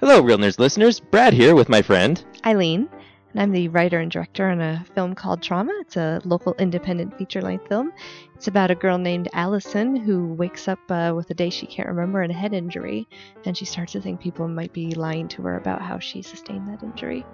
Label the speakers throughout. Speaker 1: Hello, Real Nerds listeners. Brad here with my friend.
Speaker 2: Eileen, and I'm the writer and director on a film called Trauma. It's a local independent feature length film. It's about a girl named Allison who wakes up uh, with a day she can't remember and a head injury, and she starts to think people might be lying to her about how she sustained that injury.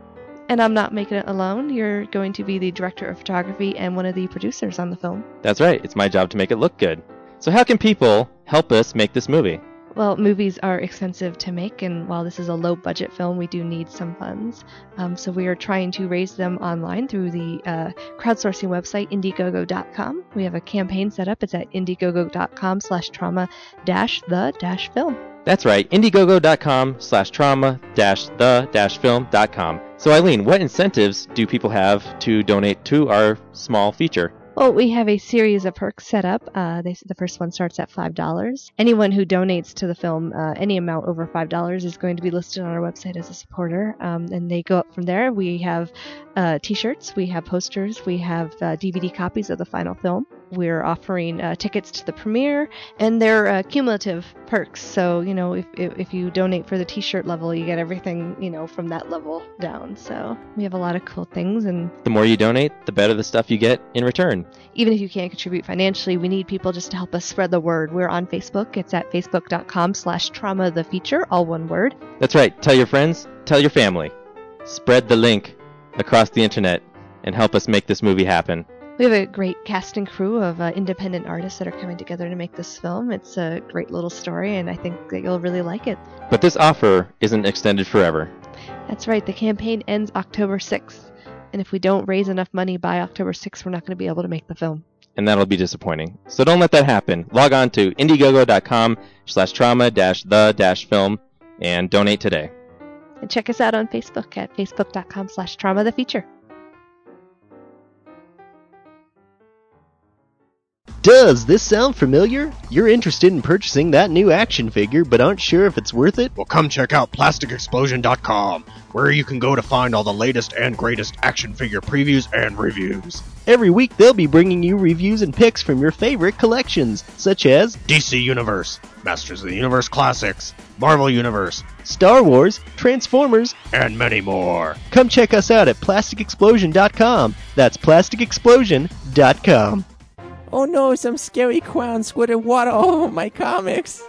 Speaker 2: And I'm not making it alone. You're going to be the director of photography and one of the producers on the film.
Speaker 1: That's right, it's my job to make it look good. So, how can people help us make this movie?
Speaker 2: Well, movies are expensive to make, and while this is a low budget film, we do need some funds. Um, so we are trying to raise them online through the uh, crowdsourcing website indiegogo.com. We have a campaign set up. It's at indiegogo.com slash trauma dash the dash film.
Speaker 1: That's right, indiegogo.com slash trauma dash the dash film.com. So, Eileen, what incentives do people have to donate to our small feature?
Speaker 2: Well, we have a series of perks set up. Uh, they, the first one starts at $5. Anyone who donates to the film uh, any amount over $5 is going to be listed on our website as a supporter, um, and they go up from there. We have uh, t shirts, we have posters, we have uh, DVD copies of the final film. We're offering uh, tickets to the premiere, and they're uh, cumulative perks. So, you know, if, if, if you donate for the t shirt level, you get everything, you know, from that level down. So, we have a lot of cool things, and
Speaker 1: The more you donate, the better the stuff you get in return.
Speaker 2: even if you can't contribute financially, we need people just to help us spread the word. We're on Facebook. It's at facebook.com slash trauma the feature, all one word.
Speaker 1: That's right, tell your friends, tell your family. Spread the link across the internet and help us make this movie happen.
Speaker 2: We have a great cast and crew of uh, independent artists that are coming together to make this film. It's a great little story, and I think that you'll really like it.
Speaker 1: But this offer isn't extended forever.
Speaker 2: That's right, the campaign ends October 6th. And if we don't raise enough money by October 6th, we're not going to be able to make the film.
Speaker 1: and that'll be disappointing. So don't let that happen. Log on to indiegogo.com slash trauma dash the dash film and donate today.
Speaker 2: And check us out on Facebook at facebook.com slash trauma the feature.
Speaker 3: Does this sound familiar? You're interested in purchasing that new action figure but aren't sure if it's worth it?
Speaker 4: Well, come check out plasticexplosion.com, where you can go to find all the latest and greatest action figure previews and reviews.
Speaker 3: Every week they'll be bringing you reviews and picks from your favorite collections, such as
Speaker 4: DC Universe, Masters of the Universe Classics, Marvel Universe,
Speaker 3: Star Wars, Transformers.
Speaker 4: and many more.
Speaker 3: Come check us out at plasticexplosion.com. That's plasticexplosion.com.
Speaker 5: Oh no, some scary clown squirted water all over my comics.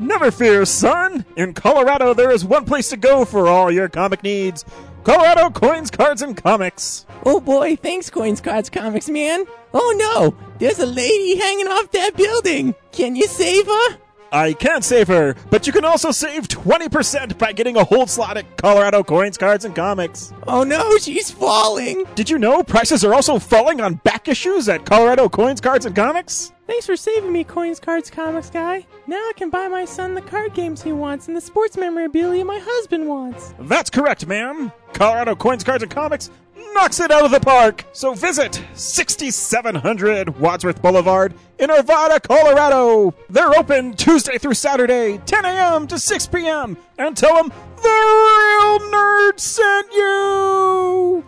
Speaker 6: Never fear, son! In Colorado, there is one place to go for all your comic needs Colorado Coins, Cards, and Comics!
Speaker 5: Oh boy, thanks, Coins Cards Comics, man. Oh no, there's a lady hanging off that building. Can you save her?
Speaker 6: I can't save her, but you can also save 20% by getting a hold slot at Colorado Coins, Cards, and Comics.
Speaker 5: Oh no, she's falling.
Speaker 6: Did you know prices are also falling on back issues at Colorado Coins, Cards, and Comics?
Speaker 5: Thanks for saving me, Coins Cards Comics guy. Now I can buy my son the card games he wants and the sports memorabilia my husband wants.
Speaker 6: That's correct, ma'am. Colorado Coins, Cards, and Comics knocks it out of the park. So visit 6700 Wadsworth Boulevard in Arvada, Colorado. They're open Tuesday through Saturday, 10 a.m. to 6 p.m. And tell them the real nerd sent you.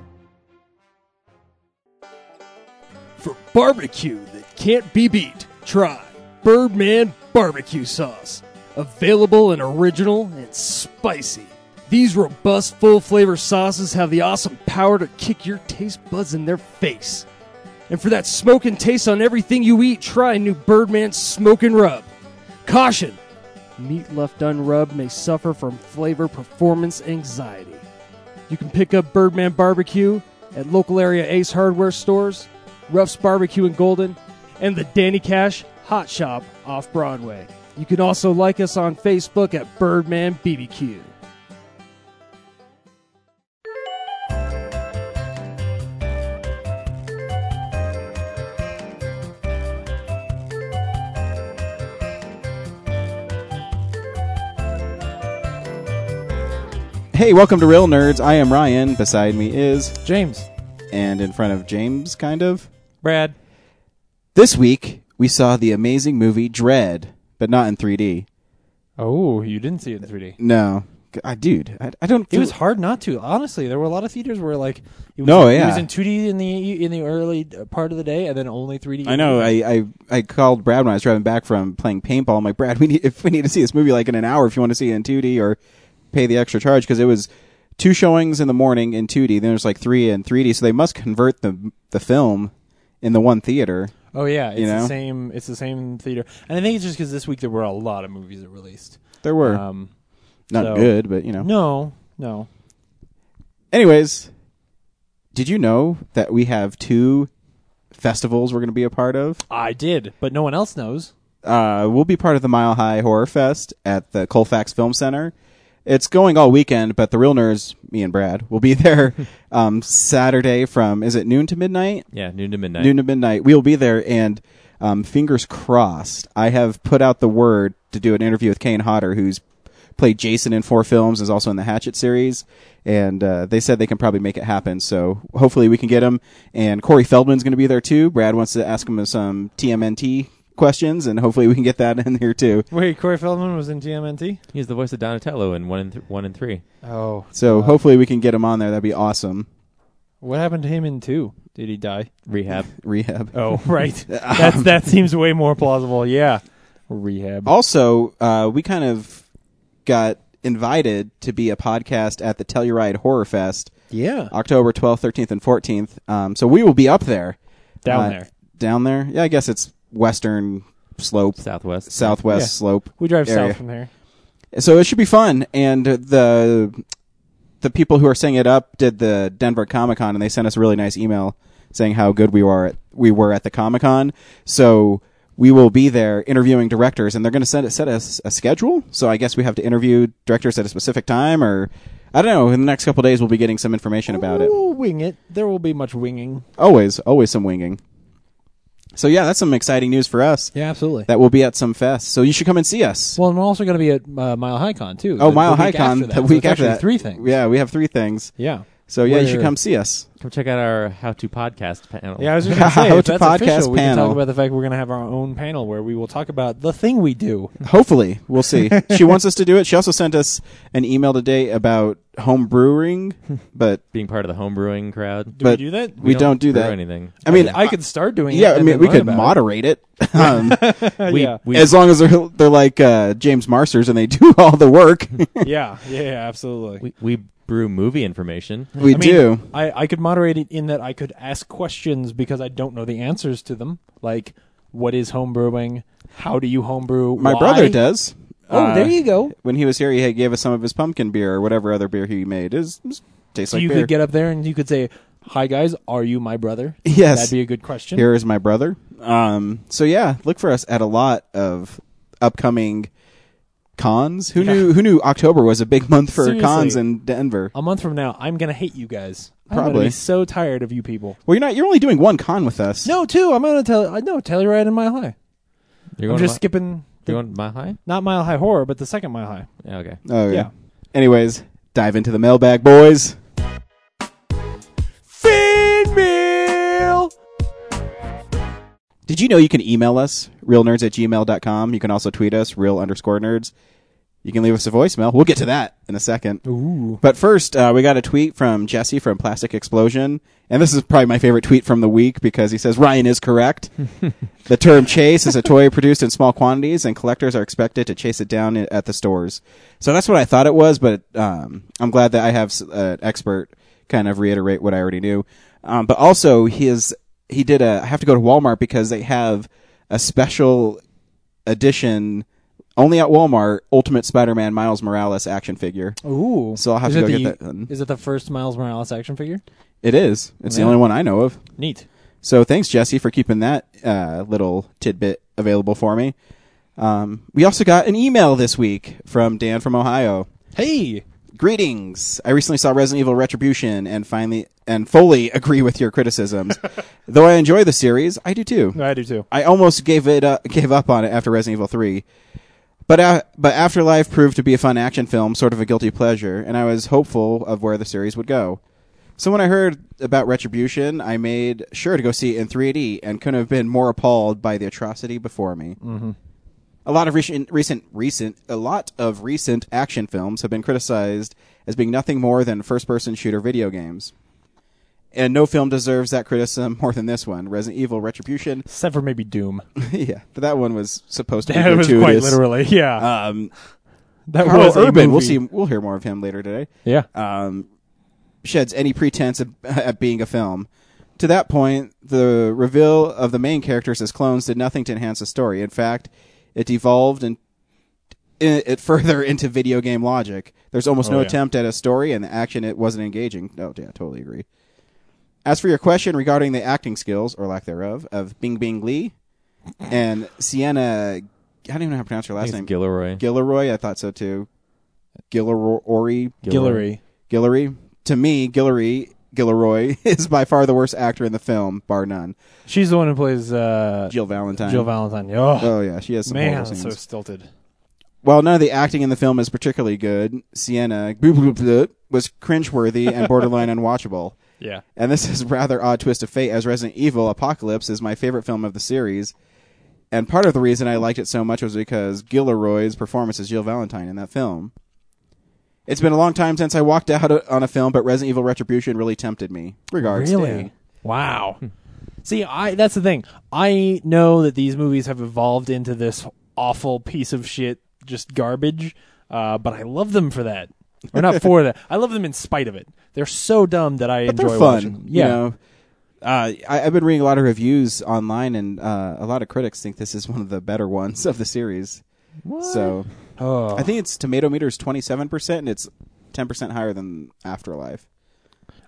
Speaker 7: For barbecue that can't be beat, try Birdman Barbecue Sauce. Available and original and spicy. These robust, full flavor sauces have the awesome power to kick your taste buds in their face. And for that smoking taste on everything you eat, try new Birdman Smoke and Rub. Caution! Meat left unrubbed may suffer from flavor performance anxiety. You can pick up Birdman Barbecue at local area Ace Hardware stores, Ruff's Barbecue in Golden, and the Danny Cash Hot Shop off Broadway. You can also like us on Facebook at Birdman BBQ.
Speaker 8: Hey, welcome to Real Nerds. I am Ryan. Beside me is,
Speaker 9: James.
Speaker 8: and in front of James, kind of.
Speaker 9: Brad.
Speaker 8: This week, we saw the amazing movie Dread, but not in 3D.
Speaker 9: Oh, you didn't see it in 3D.
Speaker 8: No. G- I, dude, I, I don't.
Speaker 9: It was hard not to. Honestly, there were a lot of theaters where like it was,
Speaker 8: No,
Speaker 9: it
Speaker 8: yeah.
Speaker 9: was in 2D in the in the early uh, part of the day, and then only 3D.
Speaker 8: I know. I, I I called Brad when I was driving back from playing paintball. I'm like, Brad, we need if we need to see this movie like in an hour. If you want to see it in 2D or pay the extra charge because it was two showings in the morning in 2D. Then there's like three in 3D, so they must convert the the film in the one theater.
Speaker 9: Oh yeah, it's
Speaker 8: You know?
Speaker 9: the same. It's the same theater, and I think it's just because this week there were a lot of movies that released.
Speaker 8: There were
Speaker 9: Um,
Speaker 8: not
Speaker 9: so-
Speaker 8: good, but you know.
Speaker 9: No, no.
Speaker 8: Anyways, did you know that we have two festivals we're going to be a part of?
Speaker 9: I did, but no one else knows.
Speaker 8: uh, we'll be part of the Mile High Horror Fest at the Colfax Film Center. It's going all weekend, but the real nerds, me and Brad, will be there um, Saturday from is it noon to midnight?
Speaker 1: Yeah, noon to midnight.
Speaker 8: Noon to midnight. We'll be there, and um, fingers crossed. I have put out the word to do an interview with Kane Hodder, who's played Jason in four films, is also in the Hatchet series, and uh, they said they can probably make it happen. So hopefully we can get him. And Corey Feldman's going to be there too. Brad wants to ask him some TMNT questions, and hopefully we can get that in here too.
Speaker 9: Wait, Corey Feldman was in TMNT.
Speaker 1: He's the voice of Donatello in one and th- one and three.
Speaker 9: Oh,
Speaker 8: So hopefully we can get him on there. That'd be awesome.
Speaker 9: what happened to him in two? Did he die?
Speaker 1: Rehab.
Speaker 8: Rehab.
Speaker 9: Oh, right. That's, that seems way more plausible. Yeah,
Speaker 8: Oh.
Speaker 9: rehab.
Speaker 8: Also, uh, we kind of got invited to be a podcast at the Telluride Horror Fest,
Speaker 9: Yeah,
Speaker 8: October 12th, 13th, and 14th. Um, so we will be up there.
Speaker 9: down
Speaker 8: Uh,
Speaker 9: there.
Speaker 8: Down there? Yeah, I guess it's western slope,
Speaker 1: Southwest.
Speaker 8: southwest
Speaker 9: Yeah.
Speaker 8: slope.
Speaker 9: We drive
Speaker 8: area.
Speaker 9: south from there.
Speaker 8: So it should be fun. And the the people who are setting it up did the Denver Comic Con, and they sent us a really nice email saying how good we were at we were at the Comic Con. So we will be there interviewing directors, and they're going to set set us a schedule. So I guess we have to interview directors at a specific time, or I don't know. In the next couple of days, we'll be getting some information about it.
Speaker 9: We'll wing it. There will be much winging.
Speaker 8: Always, always some winging. So yeah, that's some exciting news for us.
Speaker 9: Yeah, absolutely.
Speaker 8: That we'll be at some fest. So you should come and see us.
Speaker 9: Well, and we're also going to be at uh, Mile High Con too.
Speaker 8: oh,
Speaker 9: the-
Speaker 8: Mile
Speaker 9: the
Speaker 8: High
Speaker 9: week
Speaker 8: Con
Speaker 9: after
Speaker 8: the
Speaker 9: that. So
Speaker 8: week
Speaker 9: it's
Speaker 8: after
Speaker 9: actually
Speaker 8: that.
Speaker 9: Three things.
Speaker 8: Yeah, we have three things.
Speaker 9: yeah,
Speaker 8: So yeah, you should
Speaker 9: Where-
Speaker 8: come see us.
Speaker 1: Come check out our how to podcast panel.
Speaker 9: yeah. I was just going to say,
Speaker 8: How
Speaker 9: if
Speaker 8: to
Speaker 9: that's
Speaker 8: podcast
Speaker 9: official, we can
Speaker 8: panel.
Speaker 9: talk about the fact we're going to have our own panel where we will talk about the thing we do.
Speaker 8: Hopefully, we'll see. she wants us to do it. She also sent us an email today about home brewing, but
Speaker 1: Being part of the homebrewing crowd.
Speaker 9: Do
Speaker 8: But
Speaker 9: we do that?
Speaker 8: we, don't, do
Speaker 1: brew
Speaker 8: that.
Speaker 1: anything.
Speaker 8: I mean,
Speaker 9: I could start doing it.
Speaker 8: yeah, I
Speaker 9: and
Speaker 8: mean,
Speaker 9: then
Speaker 8: we
Speaker 9: learn
Speaker 8: could
Speaker 9: about it.
Speaker 8: moderate it. um,
Speaker 1: We,
Speaker 9: yeah.
Speaker 1: we,
Speaker 8: as long as they're they're like uh, James Marsters and they do all the work.
Speaker 9: yeah, yeah, yeah, absolutely.
Speaker 1: we, we brew movie information.
Speaker 8: we
Speaker 9: I mean,
Speaker 8: do.
Speaker 9: I, I could moderate it in that I could ask questions because I don't know the answers to them. Like, what is homebrewing? How do you homebrew?
Speaker 8: My
Speaker 9: Why?
Speaker 8: brother does.
Speaker 9: Oh,
Speaker 8: Uh,
Speaker 9: there you go.
Speaker 8: When he was here, he had- gave us some of his pumpkin beer or whatever other beer he made. Is tastes
Speaker 9: So
Speaker 8: like
Speaker 9: you
Speaker 8: beer.
Speaker 9: could get up there and you could say, "Hi guys, are you my brother?"
Speaker 8: Yes.
Speaker 9: that'd be a good question.
Speaker 8: Here is my brother. Um, so yeah, look for us at a lot of upcoming cons. Who knew? Who knew October was a big month for
Speaker 9: Seriously.
Speaker 8: cons in Denver?
Speaker 9: A month from now, I'm gonna hate you guys. I'm gonna
Speaker 8: Probably.
Speaker 9: be so tired of you people.
Speaker 8: Well, you're not. You're only doing one con with us.
Speaker 9: No, too. I'm gonna tell. I No, Telluride and Mile High.
Speaker 1: You're
Speaker 9: I'm
Speaker 1: going
Speaker 9: just
Speaker 1: to,
Speaker 9: skipping.
Speaker 1: mi-
Speaker 9: The,
Speaker 1: you going Mile High?
Speaker 9: not Mile High Horror, but the second Mile High.
Speaker 1: Yeah, Okay.
Speaker 8: Oh yeah.
Speaker 9: Yeah.
Speaker 8: Anyways, dive into the mailbag, boys.
Speaker 9: Feed meal.
Speaker 8: Did you know you can email us realnerds at gmail.com? You can also tweet us real underscore nerds. You can leave us a voicemail. We'll get to that in a second.
Speaker 9: Ooh.
Speaker 8: But first, uh, we got a tweet from Jesse from Plastic Explosion, and this is probably my favorite tweet from the week because he says Ryan is correct. the term "chase" is a toy produced in small quantities, and collectors are expected to chase it down i- at the stores. So that's what I thought it was, but um, I'm glad that I have s- an expert kind of reiterate what I already knew. Um, but also, his he did a. I have to go to Walmart because they have a special edition. Only at Walmart, Ultimate Spider-Man Miles Morales action figure.
Speaker 9: Ooh.
Speaker 8: So I'll have
Speaker 9: Is
Speaker 8: to
Speaker 9: it
Speaker 8: go
Speaker 9: the-
Speaker 8: get that done.
Speaker 9: Is it the first Miles Morales action figure?
Speaker 8: It is. It's
Speaker 9: Yeah.
Speaker 8: the only one I know of.
Speaker 9: Neat.
Speaker 8: So thanks, Jesse, for keeping that uh, little tidbit available for me. Um, we also got an email this week from Dan from Ohio.
Speaker 9: Hey.
Speaker 8: Greetings. I recently saw Resident Evil Retribution and finally and fully agree with your criticisms. Though I enjoy the series, I do too.
Speaker 9: I do too.
Speaker 8: I almost gave it up, gave up on it after Resident Evil Three, but uh, but Afterlife proved to be a fun action film, sort of a guilty pleasure, and I was hopeful of where the series would go. So when I heard about Retribution, I made sure to go see it in 3D, and couldn't have been more appalled by the atrocity before me. A lot of recent, recent, recent, a lot of recent action films have been criticized as being nothing more than first-person shooter video games, and no film deserves that criticism more than this one. Resident Evil Retribution
Speaker 9: Except for maybe Doom.
Speaker 8: yeah, but that one was supposed to be
Speaker 9: That was
Speaker 8: gratuitous.
Speaker 9: quite literally. Yeah.
Speaker 8: Um,
Speaker 9: That
Speaker 8: Carl
Speaker 9: was a
Speaker 8: Urban. We'll
Speaker 9: movie.
Speaker 8: see. We'll hear more of him later today.
Speaker 9: Yeah.
Speaker 8: um, sheds any pretense of, at being a film. To that point, the reveal of the main characters as clones did nothing to enhance the story. In fact, it devolved and it it further into video game logic. There's almost
Speaker 9: Oh,
Speaker 8: no
Speaker 9: yeah.
Speaker 8: attempt at a story, and the action it wasn't engaging. No, yeah, totally agree. As for your question regarding the acting skills or lack thereof of Bing Bing Lee and Sienna, I don't even know how to pronounce her last
Speaker 1: It's
Speaker 8: name.
Speaker 1: Gilroy.
Speaker 8: Gilroy, I thought so too. Gilroy,
Speaker 9: Guillory.
Speaker 8: Guillory. To me, Guillory, Gilroy is by far the worst actor in the film, bar none.
Speaker 9: She's the one who plays uh, Jill,
Speaker 8: Jill Valentine.
Speaker 9: Valentine. Oh,
Speaker 8: Oh yeah, she has some
Speaker 9: man,
Speaker 8: horrible
Speaker 9: so
Speaker 8: scenes.
Speaker 9: stilted.
Speaker 8: While none of the acting in the film is particularly good, Sienna boop, boop, boop, was cringeworthy and borderline unwatchable.
Speaker 9: Yeah.
Speaker 8: And this is a rather odd twist of fate, as Resident Evil Apocalypse is my favorite film of the series. And part of the reason I liked it so much was because Gilroy's performance as Jill Valentine in that film. It's been a long time since I walked out o- on a film, but Resident Evil Retribution really tempted me. Regards, Dan.
Speaker 9: Wow. See, I that's the thing. I know that these movies have evolved into this awful piece of shit, just garbage. Uh, but I love them for that, or not for that. I love them in spite of it. They're so dumb that I
Speaker 8: but
Speaker 9: enjoy
Speaker 8: they're
Speaker 9: watching
Speaker 8: fun.
Speaker 9: them.
Speaker 8: You know? uh, I, I've been reading a lot of reviews online, and uh, a lot of critics think this is one of the better ones of the series. So
Speaker 9: Oh.
Speaker 8: I think its tomato meter is twenty seven percent, and it's ten percent higher than Afterlife.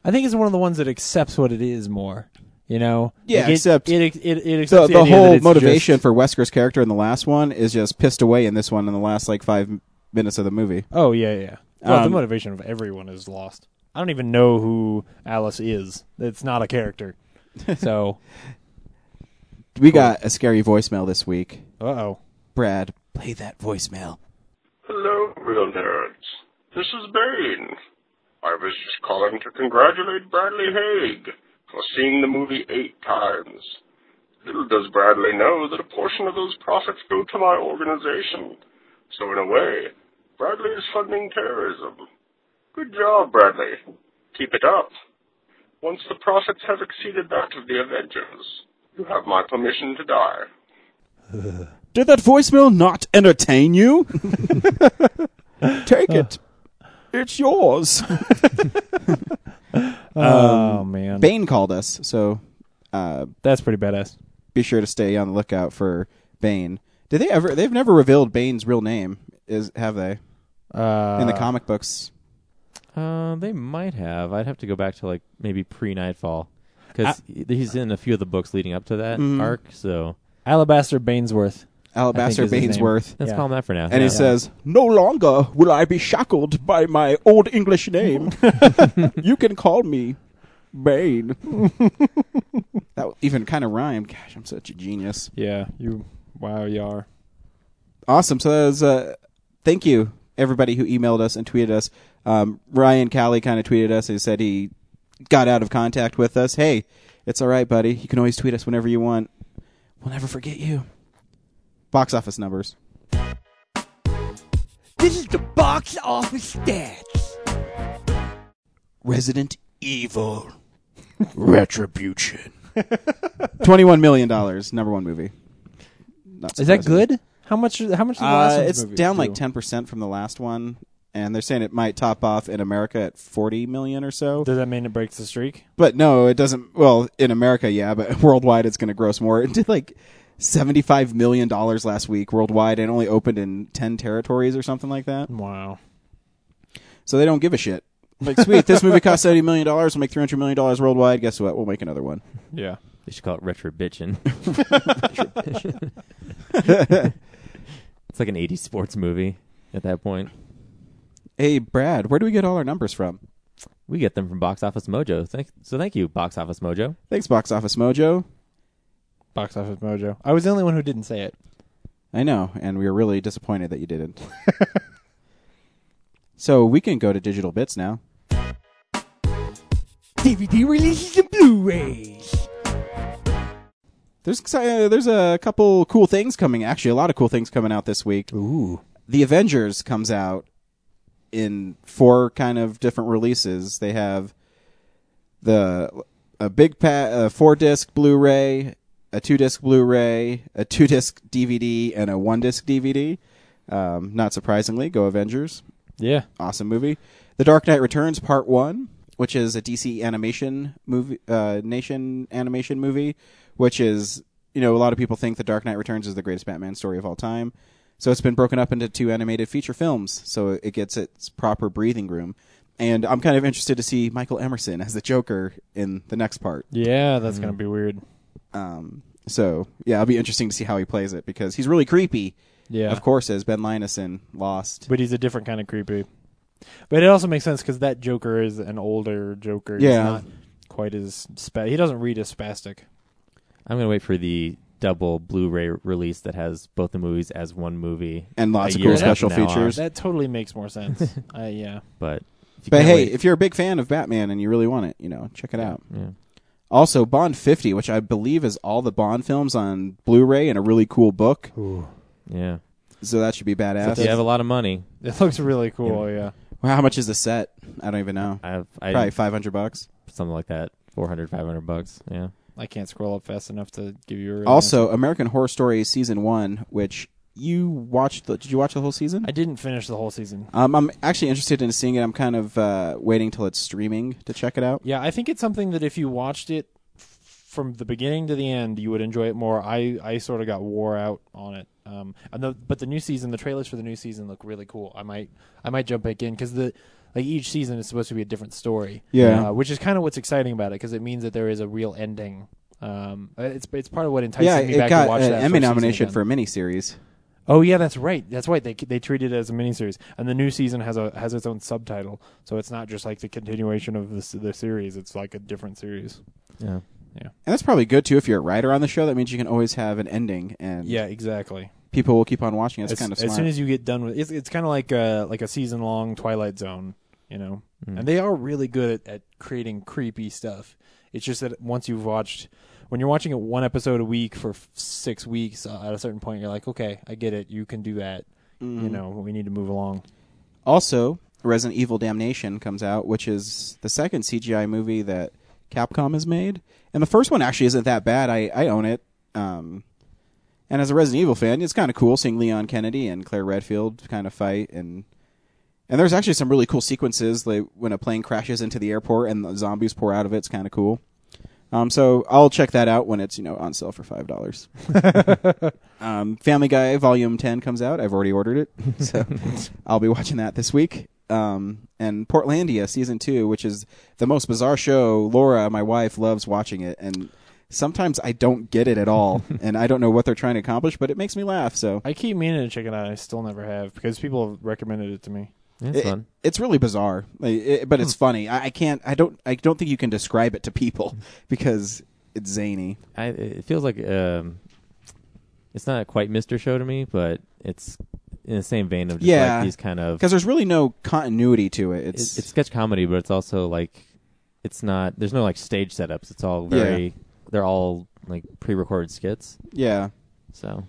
Speaker 9: I think it's one of the ones that accepts what it is more. You know,
Speaker 8: Yeah,
Speaker 9: it,
Speaker 8: except-
Speaker 9: it, it, it
Speaker 8: So
Speaker 9: accepts
Speaker 8: the,
Speaker 9: idea that
Speaker 8: whole
Speaker 9: it's
Speaker 8: motivation
Speaker 9: just-
Speaker 8: for Wesker's character in the last one is just pissed away in this one in the last like five m- minutes of the movie.
Speaker 9: oh yeah, yeah. Well, the
Speaker 8: Um,
Speaker 9: motivation of everyone is lost. I don't even know who Alice is. It's not a character. So,
Speaker 8: We got a scary voicemail this week.
Speaker 9: uh oh.
Speaker 8: Brad, play that voicemail.
Speaker 10: Hello, real nerds. This is Bane. I was just calling to congratulate Bradley Haig for seeing the movie eight times. Little does Bradley know that a portion of those profits go to my organization. So in a way, Bradley is funding terrorism. Good job, Bradley. Keep it up. Once the profits have exceeded that of the Avengers, you have my permission to die.
Speaker 8: Did that voicemail not entertain you? Take it.
Speaker 9: Uh.
Speaker 6: It's yours.
Speaker 9: oh man,
Speaker 8: Bane called us, so uh,
Speaker 9: that's pretty badass.
Speaker 8: be sure to stay on the lookout for Bane. Did they ever? They've never revealed Bane's real name, is have they?
Speaker 9: Uh,
Speaker 8: In the comic books,
Speaker 1: Uh, they might have. I'd have to go back to like maybe pre Nightfall because he's in a few of the books leading up to that
Speaker 8: Mm-hmm.
Speaker 1: arc. So
Speaker 9: Alabaster Bainsworth.
Speaker 8: Alabaster
Speaker 9: is his name.
Speaker 8: Bainsworth,
Speaker 1: let's
Speaker 9: Yeah.
Speaker 1: call him that for now.
Speaker 8: and he says, "No longer will I be shackled by my old English name. you can call me Bane." that even kind of rhymed. Gosh, I'm such a genius.
Speaker 9: Yeah, you. Wow, you are.
Speaker 8: Awesome. So that was, uh, thank you everybody who emailed us and tweeted us. Um, Ryan Callie kind of tweeted us. He said he got out of contact with us. Hey, it's all right, buddy. You can always tweet us whenever you want. We'll never forget you. Box office numbers.
Speaker 7: This is the box office stats.
Speaker 8: Resident
Speaker 4: Evil. Retribution.
Speaker 8: twenty-one million dollars. Number one movie. Not
Speaker 9: Is that
Speaker 8: surprising.
Speaker 9: good? How much? How much? Did the last
Speaker 8: Uh,
Speaker 9: one's
Speaker 8: it's
Speaker 9: movie
Speaker 8: down
Speaker 9: do?
Speaker 8: like ten percent from the last one, and they're saying it might top off in America at forty million or so.
Speaker 9: Does that mean it breaks the streak?
Speaker 8: But no, it doesn't. Well, in America, yeah, but worldwide, it's going to gross more. It did like seventy-five million dollars last week worldwide, and only opened in ten territories or something like that.
Speaker 9: Wow.
Speaker 8: So they don't give a shit. Like, sweet, this movie cost seventy million dollars. We'll make three hundred million dollars worldwide. Guess what? We'll make another one.
Speaker 9: Yeah.
Speaker 1: they should call it retro bitchin. it's like an '80s sports movie at that point.
Speaker 8: Hey, Brad, where do we get all our numbers from?
Speaker 1: We get them from Box Office Mojo. Thank, so thank you, Box Office Mojo.
Speaker 8: Thanks, Box Office Mojo.
Speaker 9: Box office mojo. I was the only one who didn't say it.
Speaker 8: I know, and we were really disappointed that you didn't. so we can go to digital bits now.
Speaker 7: DVD releases and Blu-rays.
Speaker 8: There's uh, there's a couple cool things coming. Actually, a lot of cool things coming out this week.
Speaker 9: Ooh.
Speaker 8: The Avengers comes out in four kind of different releases. They have the a big pa- a four disc Blu-ray, a two disc Blu-ray, a two disc DVD, and a one disc DVD. Um, not surprisingly, go Avengers.
Speaker 9: Yeah.
Speaker 8: Awesome movie. The Dark Knight Returns Part 1, which is a DC animation movie, uh, Nation animation movie, which is, you know, a lot of people think The Dark Knight Returns is the greatest Batman story of all time. So it's been broken up into two animated feature films, so it gets its proper breathing room. And I'm kind of interested to see Michael Emerson as the Joker in the next part.
Speaker 9: Yeah, that's gonna be weird.
Speaker 8: Um, so yeah, it'll be interesting to see how he plays it because he's really creepy.
Speaker 9: Yeah.
Speaker 8: of course, as Ben Linus in Lost.
Speaker 9: But he's a different kind of creepy. But it also makes sense because that Joker is an older Joker.
Speaker 8: Yeah.
Speaker 9: He's not quite as spa- he doesn't read as spastic.
Speaker 1: I'm gonna wait for the double Blu-ray release that has both the movies as one movie
Speaker 8: And lots
Speaker 1: a
Speaker 8: of
Speaker 1: year
Speaker 8: cool
Speaker 1: from
Speaker 8: special
Speaker 1: now on.
Speaker 8: features.
Speaker 9: That totally makes more sense. uh, yeah.
Speaker 1: But if you
Speaker 8: But
Speaker 1: can't
Speaker 8: hey,
Speaker 1: wait-
Speaker 8: if you're a big fan of Batman and you really want it, you know, check it out.
Speaker 1: yeah.
Speaker 8: Also, Bond 50, which I believe is all the Bond films on Blu-ray and a really cool book.
Speaker 1: yeah,
Speaker 8: So that should be badass.
Speaker 1: if you have a lot of money,
Speaker 9: It looks really cool. Yeah.
Speaker 8: Well, how much is the set? I don't even know.
Speaker 1: I have I
Speaker 8: Probably 500 bucks.
Speaker 1: something like that, 400, 500 bucks. Yeah,
Speaker 9: I can't scroll up fast enough to give you a real
Speaker 8: Also, American Horror Story season 1, which you watched the, did you watch the whole season?
Speaker 9: answer. I didn't finish the whole season.
Speaker 8: Um, I'm actually interested in seeing it. I'm kind of uh, waiting till it's streaming to check it out.
Speaker 9: Yeah, I think it's something that if you watched it f- from the beginning to the end, you would enjoy it more. I, I sort of got wore out on it. Um, and the, but the new season, the trailers for the new season look really cool. I might I might jump back in because the like each season is supposed to be a different story.
Speaker 8: Yeah.
Speaker 9: uh, which is kind of what's exciting about it because it means that there is a real ending. Um, uh, it's it's part of what entices
Speaker 8: yeah,
Speaker 9: me
Speaker 8: it
Speaker 9: back to
Speaker 8: got
Speaker 9: watch
Speaker 8: an
Speaker 9: that
Speaker 8: Emmy
Speaker 9: first season
Speaker 8: nomination
Speaker 9: again.
Speaker 8: for a miniseries.
Speaker 9: Oh yeah, that's right. That's right. They they treat it as a miniseries, and the new season has a has its own subtitle, so it's not just like the continuation of the s- the series. It's like a different series.
Speaker 1: yeah.
Speaker 8: And that's probably good too if you're a writer on the show. That means you can always have an ending, and
Speaker 9: Yeah, exactly.
Speaker 8: people will keep on watching. It's
Speaker 9: as,
Speaker 8: kind of
Speaker 9: as
Speaker 8: smart.
Speaker 9: soon as you get done with it's it's kind of like a like a season long Twilight Zone, you know. And they are really good at, at creating creepy stuff. It's just that once you've watched, when you're watching it one episode a week for f- six weeks, uh, at a certain point you're like, okay, I get it. You can do that. You know, we need to move along.
Speaker 8: also, Resident Evil Damnation comes out, which is the second CGI movie that Capcom has made, and the first one actually isn't that bad. I I own it. Um, and as a Resident Evil fan, it's kind of cool seeing Leon Kennedy and Claire Redfield kind of fight, and and there's actually some really cool sequences like when a plane crashes into the airport and the zombies pour out of it. It's kind of cool. Um, so I'll check that out when it's you know on sale for five dollars. Um, Family Guy Volume 10 comes out. I've already ordered it, so I'll be watching that this week. Um, and Portlandia Season 2, which is the most bizarre show. Laura, my wife, loves watching it, and sometimes I don't get it at all, and I don't know what they're trying to accomplish, but it makes me laugh, so
Speaker 9: I keep meaning to check it out. I still never have because people have recommended it to me.
Speaker 1: That's
Speaker 8: It-
Speaker 1: fun.
Speaker 8: it's really bizarre, Like, it- but it's funny. I, I can't, I don't, I don't think you can describe it to people because it's zany.
Speaker 1: I, it feels like um, it's not quite Mister Show to me, but it's in the same vein of just
Speaker 8: Yeah.
Speaker 1: like these kind of
Speaker 8: Because there's really no continuity to it.
Speaker 1: it's, it's sketch comedy, but it's also like it's not. There's no like stage setups. It's all
Speaker 8: Yeah.
Speaker 1: very. They're all like pre-recorded skits.
Speaker 8: yeah.
Speaker 1: So,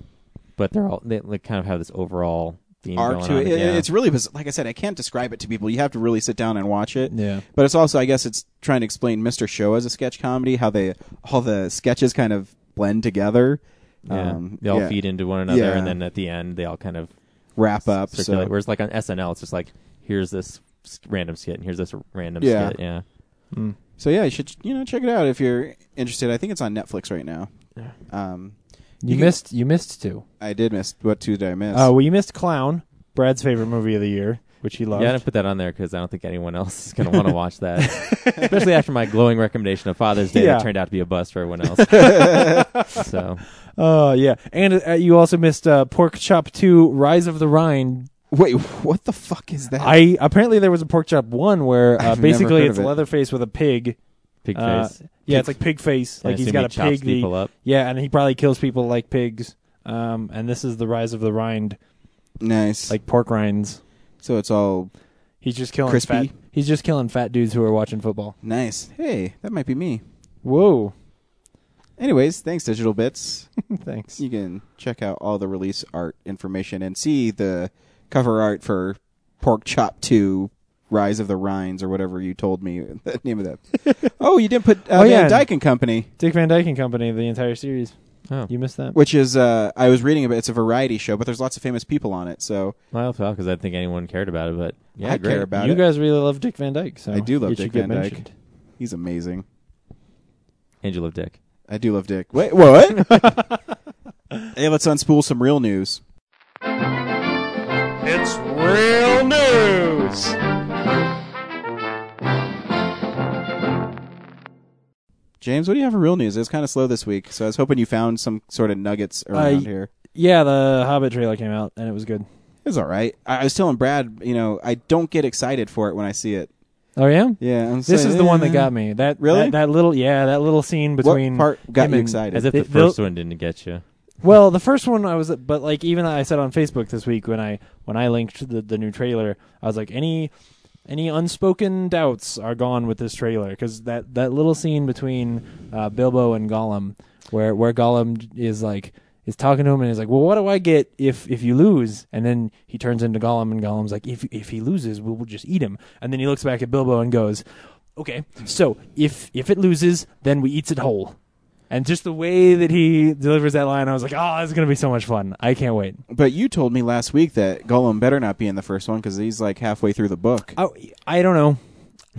Speaker 1: but they're all they like kind of have this overall theme
Speaker 8: arc
Speaker 1: going
Speaker 8: to
Speaker 1: on.
Speaker 8: it. It-
Speaker 1: yeah.
Speaker 8: It's really biz- like I said, I can't describe it to people. You have to really sit down and watch it.
Speaker 9: Yeah.
Speaker 8: But it's also, I guess, it's trying to explain Mr. Show as a sketch comedy, how they all the sketches kind of blend together,
Speaker 1: Yeah.
Speaker 8: um,
Speaker 1: they all
Speaker 8: yeah.
Speaker 1: feed into one another,
Speaker 8: Yeah.
Speaker 1: and then at the end they all kind of
Speaker 8: wrap up.
Speaker 1: circulate.
Speaker 8: So
Speaker 1: Whereas like on SNL, it's just like here's this s- random skit and here's this r- random
Speaker 8: Yeah.
Speaker 1: skit. Yeah.
Speaker 9: Hmm.
Speaker 8: So yeah, you should you know check it out if you're interested. I think it's on Netflix right now. Um,
Speaker 9: You,
Speaker 8: can-
Speaker 9: missed. You missed two.
Speaker 8: I did miss what two did I miss?
Speaker 9: Uh, well, you missed Clown, Brad's favorite movie of the year, which he loved.
Speaker 1: Yeah, I didn't put that on there because I don't think anyone else is going to want to watch that, especially after my glowing recommendation of Father's Day
Speaker 9: Yeah.
Speaker 1: that turned out to be a bust for everyone else. so
Speaker 9: Uh, yeah, and uh, you also missed uh, Pork Chop Two: Rise of the Rhine.
Speaker 8: Wait, what the fuck is that?
Speaker 9: I apparently there was a Pork Chop One where uh,
Speaker 8: I've never
Speaker 9: basically
Speaker 8: heard
Speaker 9: it's
Speaker 8: of it.
Speaker 9: Leatherface with a pig.
Speaker 1: pig
Speaker 9: Uh,
Speaker 1: face.
Speaker 9: yeah, it's like pig face.
Speaker 1: I
Speaker 9: Like he's
Speaker 1: assume
Speaker 9: got
Speaker 1: he
Speaker 9: a
Speaker 1: chops
Speaker 9: pig. that he-
Speaker 1: people up.
Speaker 9: Yeah, and he probably kills people like pigs. Um, and this is the Rise of the Rhine,
Speaker 8: nice. Like
Speaker 9: like pork rinds.
Speaker 8: so, it's all
Speaker 9: He's just killing
Speaker 8: Crispy.
Speaker 9: fat. He's just killing fat dudes who are watching football.
Speaker 8: nice. Hey, that might be me.
Speaker 9: Whoa!
Speaker 8: Anyways, thanks, Digital Bits.
Speaker 9: Thanks.
Speaker 8: You can check out all the release art information and see the cover art for Pork Chop 2 Rise of the Rhines or whatever you told me the name of that. oh, you didn't put uh,
Speaker 9: Oh,
Speaker 8: Van
Speaker 9: yeah.
Speaker 8: Dyke and Company.
Speaker 9: Dick Van Dyke and Company, the entire series.
Speaker 1: Oh.
Speaker 9: You missed that?
Speaker 8: which is uh, I was reading about. It's a variety show, but there's lots of famous people on it. So
Speaker 1: Well, because I didn't think anyone cared about it, but yeah,
Speaker 8: I
Speaker 1: great.
Speaker 8: care about
Speaker 9: you
Speaker 8: it.
Speaker 9: guys really love Dick Van Dyke, so
Speaker 8: I do love
Speaker 9: it should
Speaker 8: Dick
Speaker 9: get
Speaker 8: Van Dyke.
Speaker 9: mentioned.
Speaker 8: He's amazing.
Speaker 1: Angel of Dick.
Speaker 8: I do love Dick. Wait, what? hey, let's unspool some real news.
Speaker 4: It's real news.
Speaker 8: James, what do you have for real news? It was kind of slow this week, so I was hoping you found some sort of nuggets around here.
Speaker 9: Yeah, the Hobbit trailer came out and it was good.
Speaker 8: It's all right. I, I was telling Brad, you know, I don't get excited for it when I see it.
Speaker 9: Oh yeah,
Speaker 8: Yeah, I'm
Speaker 9: this is the one that
Speaker 8: eh.
Speaker 9: got me. That
Speaker 8: Really?
Speaker 9: that, that little yeah, that little scene between
Speaker 8: part got
Speaker 9: him
Speaker 8: you
Speaker 9: and-
Speaker 8: excited?
Speaker 1: As if
Speaker 9: They-
Speaker 1: the first one didn't get you.
Speaker 9: Well, the first one I was, but like even I said on Facebook this week when I when I linked the the new trailer, I was like any any unspoken doubts are gone with this trailer because that that little scene between uh, Bilbo and Gollum where where Gollum is like is talking to him and he's like, well, what do I get if if you lose? And then he turns into Gollum and Gollum's like, if if he loses, we'll, we'll just eat him. And then he looks back at Bilbo and goes, okay, so if if it loses, then we eats it whole. And just the way that he delivers that line, I was like, oh, this is going to be so much fun. I can't wait.
Speaker 8: But you told me last week that Gollum better not be in the first one because he's like halfway through the book.
Speaker 9: Oh, I don't know.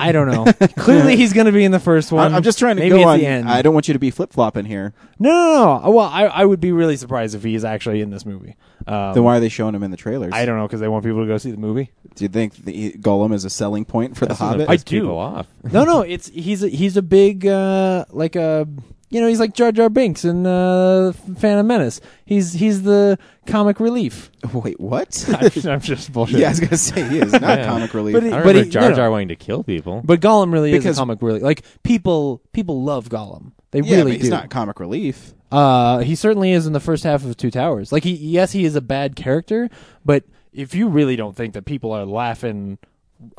Speaker 9: I don't know. Clearly, he's going to be in the first one.
Speaker 8: I, am just trying to
Speaker 9: Maybe
Speaker 8: go
Speaker 9: it's
Speaker 8: on.
Speaker 9: the end.
Speaker 8: I don't want you to be flip flopping here.
Speaker 9: No, no, no. Well, I, I would be really surprised if he's actually in this movie. Um,
Speaker 8: then why are they showing him in the trailers?
Speaker 9: I don't know because they want people to go see the movie.
Speaker 8: Do you think the Gollum is a selling point for the Hobbit?
Speaker 1: I
Speaker 9: do.
Speaker 1: people off.
Speaker 9: no, no. It's he's a, he's a big uh, like a you know he's like Jar Jar Binks in uh, Phantom Menace. He's he's the comic relief.
Speaker 8: Wait, what?
Speaker 9: I'm, I'm just bullshit.
Speaker 8: yeah, I was gonna say he is not
Speaker 1: Yeah.
Speaker 8: comic relief.
Speaker 9: But
Speaker 1: I
Speaker 9: it-
Speaker 1: remember
Speaker 9: he- no,
Speaker 1: Jar
Speaker 9: no.
Speaker 1: Jar wanting to kill people.
Speaker 9: But Gollum really is
Speaker 8: Because-
Speaker 9: a comic relief. Like people, people love Gollum. They
Speaker 8: yeah,
Speaker 9: really
Speaker 8: but
Speaker 9: do.
Speaker 8: he's not comic relief.
Speaker 9: Uh, he certainly is in the first half of Two Towers. Like he, yes, he is a bad character, but if you really don't think that people are laughing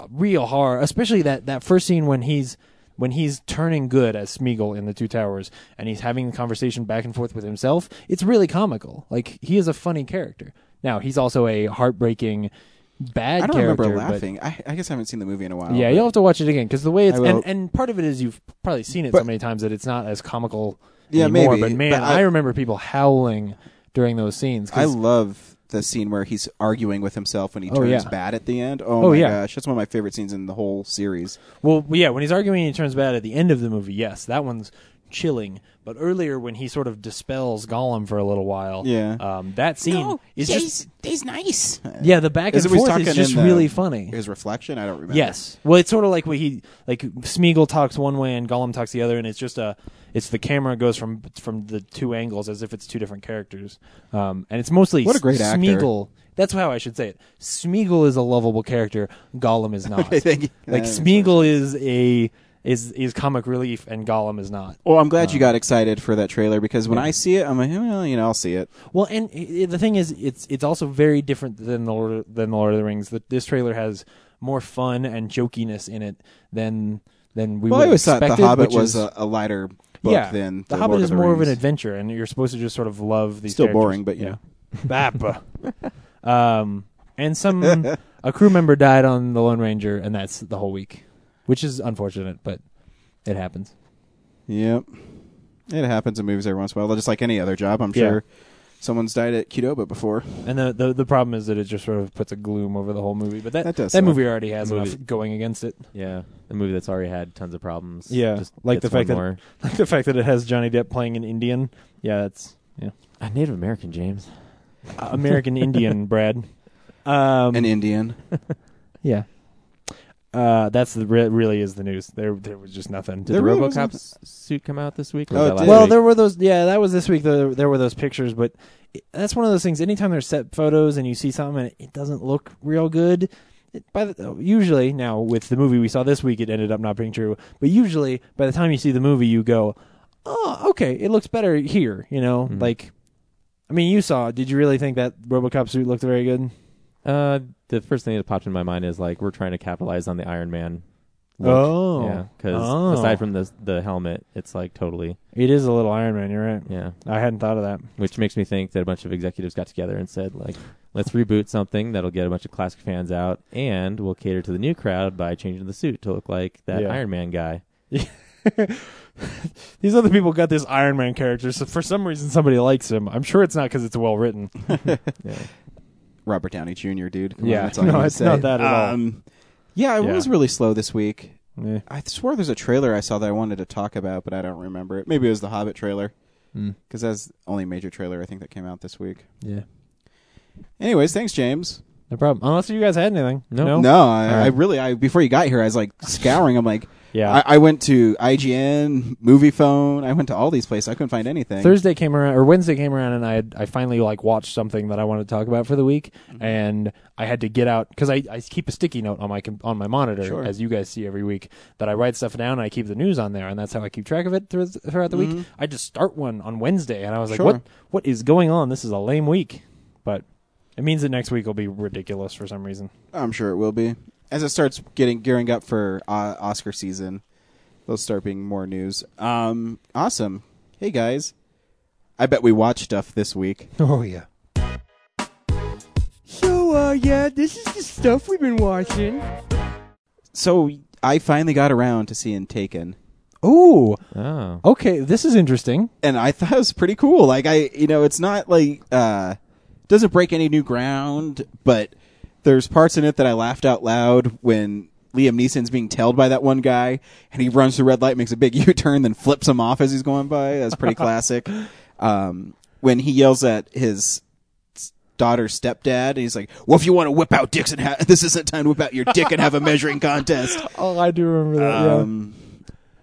Speaker 9: real hard, especially that that first scene when he's when he's turning good as Smeagol in the Two Towers and he's having the conversation back and forth with himself, it's really comical. Like he is a funny character. Now he's also a heartbreaking bad
Speaker 8: I don't
Speaker 9: character.
Speaker 8: remember
Speaker 9: but-
Speaker 8: laughing. I, I guess I haven't seen the movie in a while.
Speaker 9: yeah,
Speaker 8: but-
Speaker 9: you'll have to watch it again because the way it's
Speaker 8: I will.
Speaker 9: and, and part of it is you've probably seen it so
Speaker 8: But-
Speaker 9: many times that it's not as comical
Speaker 8: Yeah,
Speaker 9: anymore.
Speaker 8: maybe,
Speaker 9: but man,
Speaker 8: but I-
Speaker 9: I, remember people howling during those scenes.
Speaker 8: I
Speaker 9: 'cause-
Speaker 8: love the scene where he's arguing with himself when he
Speaker 9: Oh,
Speaker 8: turns
Speaker 9: yeah.
Speaker 8: bad at the end. Oh,
Speaker 9: Oh,
Speaker 8: my
Speaker 9: yeah.
Speaker 8: gosh, that's one of my favorite scenes in the whole series.
Speaker 9: well, yeah, when he's arguing, and he turns bad at the end of the movie. Yes, that one's chilling. But earlier, when he sort of dispels Gollum for a little while,
Speaker 8: Yeah.
Speaker 9: um, that scene is just
Speaker 8: he's nice.
Speaker 9: yeah, the back and
Speaker 8: Is it when he's
Speaker 9: forth
Speaker 8: talking
Speaker 9: is just
Speaker 8: in the-
Speaker 9: really funny.
Speaker 8: His reflection, I don't remember.
Speaker 9: Yes. Well, it's sort of like what he like Smeagol talks one way and Gollum talks the other, and it's just a it's the camera goes from from the two angles as if it's two different characters, um, and it's mostly
Speaker 8: What a great actor.
Speaker 9: Smeagol. That's how I should say it. Smeagol is a lovable character. Gollum is not.
Speaker 8: Okay, thank you.
Speaker 9: Like
Speaker 8: Uh,
Speaker 9: Smeagol is a is is comic relief, and Gollum is not.
Speaker 8: Well, I'm
Speaker 9: Uh,
Speaker 8: glad you got excited for that trailer because when I see it, I'm like, well, you know, I'll see it.
Speaker 9: Well, and i- i- the thing is, it's it's also very different than the Lord, than the Lord of the Rings. That this trailer has more fun and jokiness in it than than we.
Speaker 8: Well,
Speaker 9: would
Speaker 8: I always thought The
Speaker 9: expected,
Speaker 8: Hobbit
Speaker 9: which
Speaker 8: was
Speaker 9: is,
Speaker 8: a, a lighter book
Speaker 9: yeah,
Speaker 8: than
Speaker 9: the
Speaker 8: Lord
Speaker 9: Hobbit
Speaker 8: of
Speaker 9: is
Speaker 8: the
Speaker 9: more of
Speaker 8: Rings.
Speaker 9: an adventure, and you're supposed to just sort of love these.
Speaker 8: Still
Speaker 9: characters.
Speaker 8: boring, but you know.
Speaker 9: yeah. Bap. um, and some a crew member died on the Lone Ranger, and that's the whole week, which is unfortunate, but it happens.
Speaker 8: Yep. It happens in movies every once in a while, just like any other job, I'm
Speaker 9: Yeah.
Speaker 8: sure. Someone's died at Qdoba before.
Speaker 9: And the, the the problem is that it just sort of puts a gloom over the whole movie. But that
Speaker 8: That does suck.
Speaker 9: movie already has
Speaker 1: Movie.
Speaker 9: enough going against it.
Speaker 1: Yeah, a movie that's already had tons of problems.
Speaker 9: Yeah,
Speaker 1: Just
Speaker 9: like the
Speaker 1: gets one
Speaker 9: fact that-
Speaker 1: more.
Speaker 9: Like the fact that it has Johnny Depp playing an Indian. Yeah, that's yeah.
Speaker 1: a Uh, Native American James.
Speaker 9: American Indian, Brad. Um,
Speaker 8: An Indian.
Speaker 9: yeah. Uh, that's the re- really is the news. There, there was just nothing.
Speaker 1: Did
Speaker 8: There
Speaker 1: the
Speaker 8: really wasn't-
Speaker 1: RoboCop s- suit come out this week?
Speaker 8: Oh,
Speaker 1: was that
Speaker 8: it
Speaker 1: last
Speaker 8: did.
Speaker 9: well,
Speaker 1: week?
Speaker 9: there were those. Yeah, that was this week. There, there were those pictures, but it, that's one of those things. Anytime there's set photos and you see something and it doesn't look real good, it, by the, oh, usually now with the movie we saw this week, it ended up not being true. But usually, by the time you see the movie, you go, "Oh, okay, it looks better here." You know,
Speaker 1: Mhm.
Speaker 9: like, I mean, you saw. Did you really think that RoboCop suit looked very good?
Speaker 1: Uh, the first thing that popped in my mind is like we're trying to capitalize on the Iron Man. Look.
Speaker 9: Oh,
Speaker 1: yeah. Because
Speaker 9: Oh.
Speaker 1: aside from the the helmet, it's like totally
Speaker 9: it is a little Iron Man. You're right.
Speaker 1: yeah.
Speaker 9: I hadn't thought of that.
Speaker 1: Which makes me think that a bunch of executives got together and said like, let's reboot something that'll get a bunch of classic fans out, and we'll cater to the new crowd by changing the suit to look like that
Speaker 9: Yeah.
Speaker 1: Iron Man guy.
Speaker 9: These other people got this Iron Man character, so for some reason somebody likes him. I'm sure it's not because it's well written. yeah.
Speaker 8: Robert Downey Jr., dude. Come on,
Speaker 9: Yeah.
Speaker 8: that's all
Speaker 9: No,
Speaker 8: I gotta
Speaker 9: it's
Speaker 8: say.
Speaker 9: not that at all.
Speaker 8: Um, yeah, it
Speaker 9: Yeah.
Speaker 8: was really slow this week.
Speaker 9: Yeah.
Speaker 8: I swore there's a trailer I saw that I wanted to talk about, but I don't remember it. Maybe it was the Hobbit trailer,
Speaker 9: Mm.
Speaker 8: because that's the only major trailer I think that came out this week.
Speaker 9: Yeah.
Speaker 8: Anyways, thanks, James.
Speaker 9: No problem. Unless you guys had anything. No.
Speaker 8: No, I,
Speaker 9: All right.
Speaker 8: I really, I before you got here, I was like scouring. I'm like,
Speaker 9: Yeah.
Speaker 8: I, I went to IGN, Movie Phone. I went to all these places. I couldn't find anything.
Speaker 9: Thursday came around or Wednesday came around and I had, I finally like watched something that I wanted to talk about for the week
Speaker 8: Mm-hmm.
Speaker 9: and I had to get out cuz I, I keep a sticky note on my com- on my monitor
Speaker 8: Sure.
Speaker 9: as you guys see every week that I write stuff down and I keep the news on there and that's how I keep track of it through, throughout the week. I just start one on Wednesday and I was like
Speaker 8: Mm-hmm. Sure.
Speaker 9: what what is going on? This is a lame week. But it means that next week will be ridiculous for some reason.
Speaker 8: I'm sure it will be as it starts getting gearing up for uh, Oscar season. There'll start being more news. Um, awesome. Hey guys, I bet we watched stuff this week.
Speaker 9: Oh yeah.
Speaker 7: So, uh, yeah, this is the stuff we've been watching.
Speaker 8: So I finally got around to seeing Taken,
Speaker 9: Oh.
Speaker 1: Oh.
Speaker 9: Okay, this is interesting.
Speaker 8: and I thought it was pretty cool. Like I, you know, it's not like uh, doesn't break any new ground, but there's parts in it that I laughed out loud when Liam Neeson's being tailed by that one guy, and he runs through red light, makes a big U-turn, then flips him off as he's going by. That's pretty classic. Um, when he yells at his daughter's stepdad, and he's like, "Well, if you want to whip out dicks and ha- this isn't time to whip out your dick and have a measuring contest."
Speaker 9: Oh, I do remember that.
Speaker 8: Um,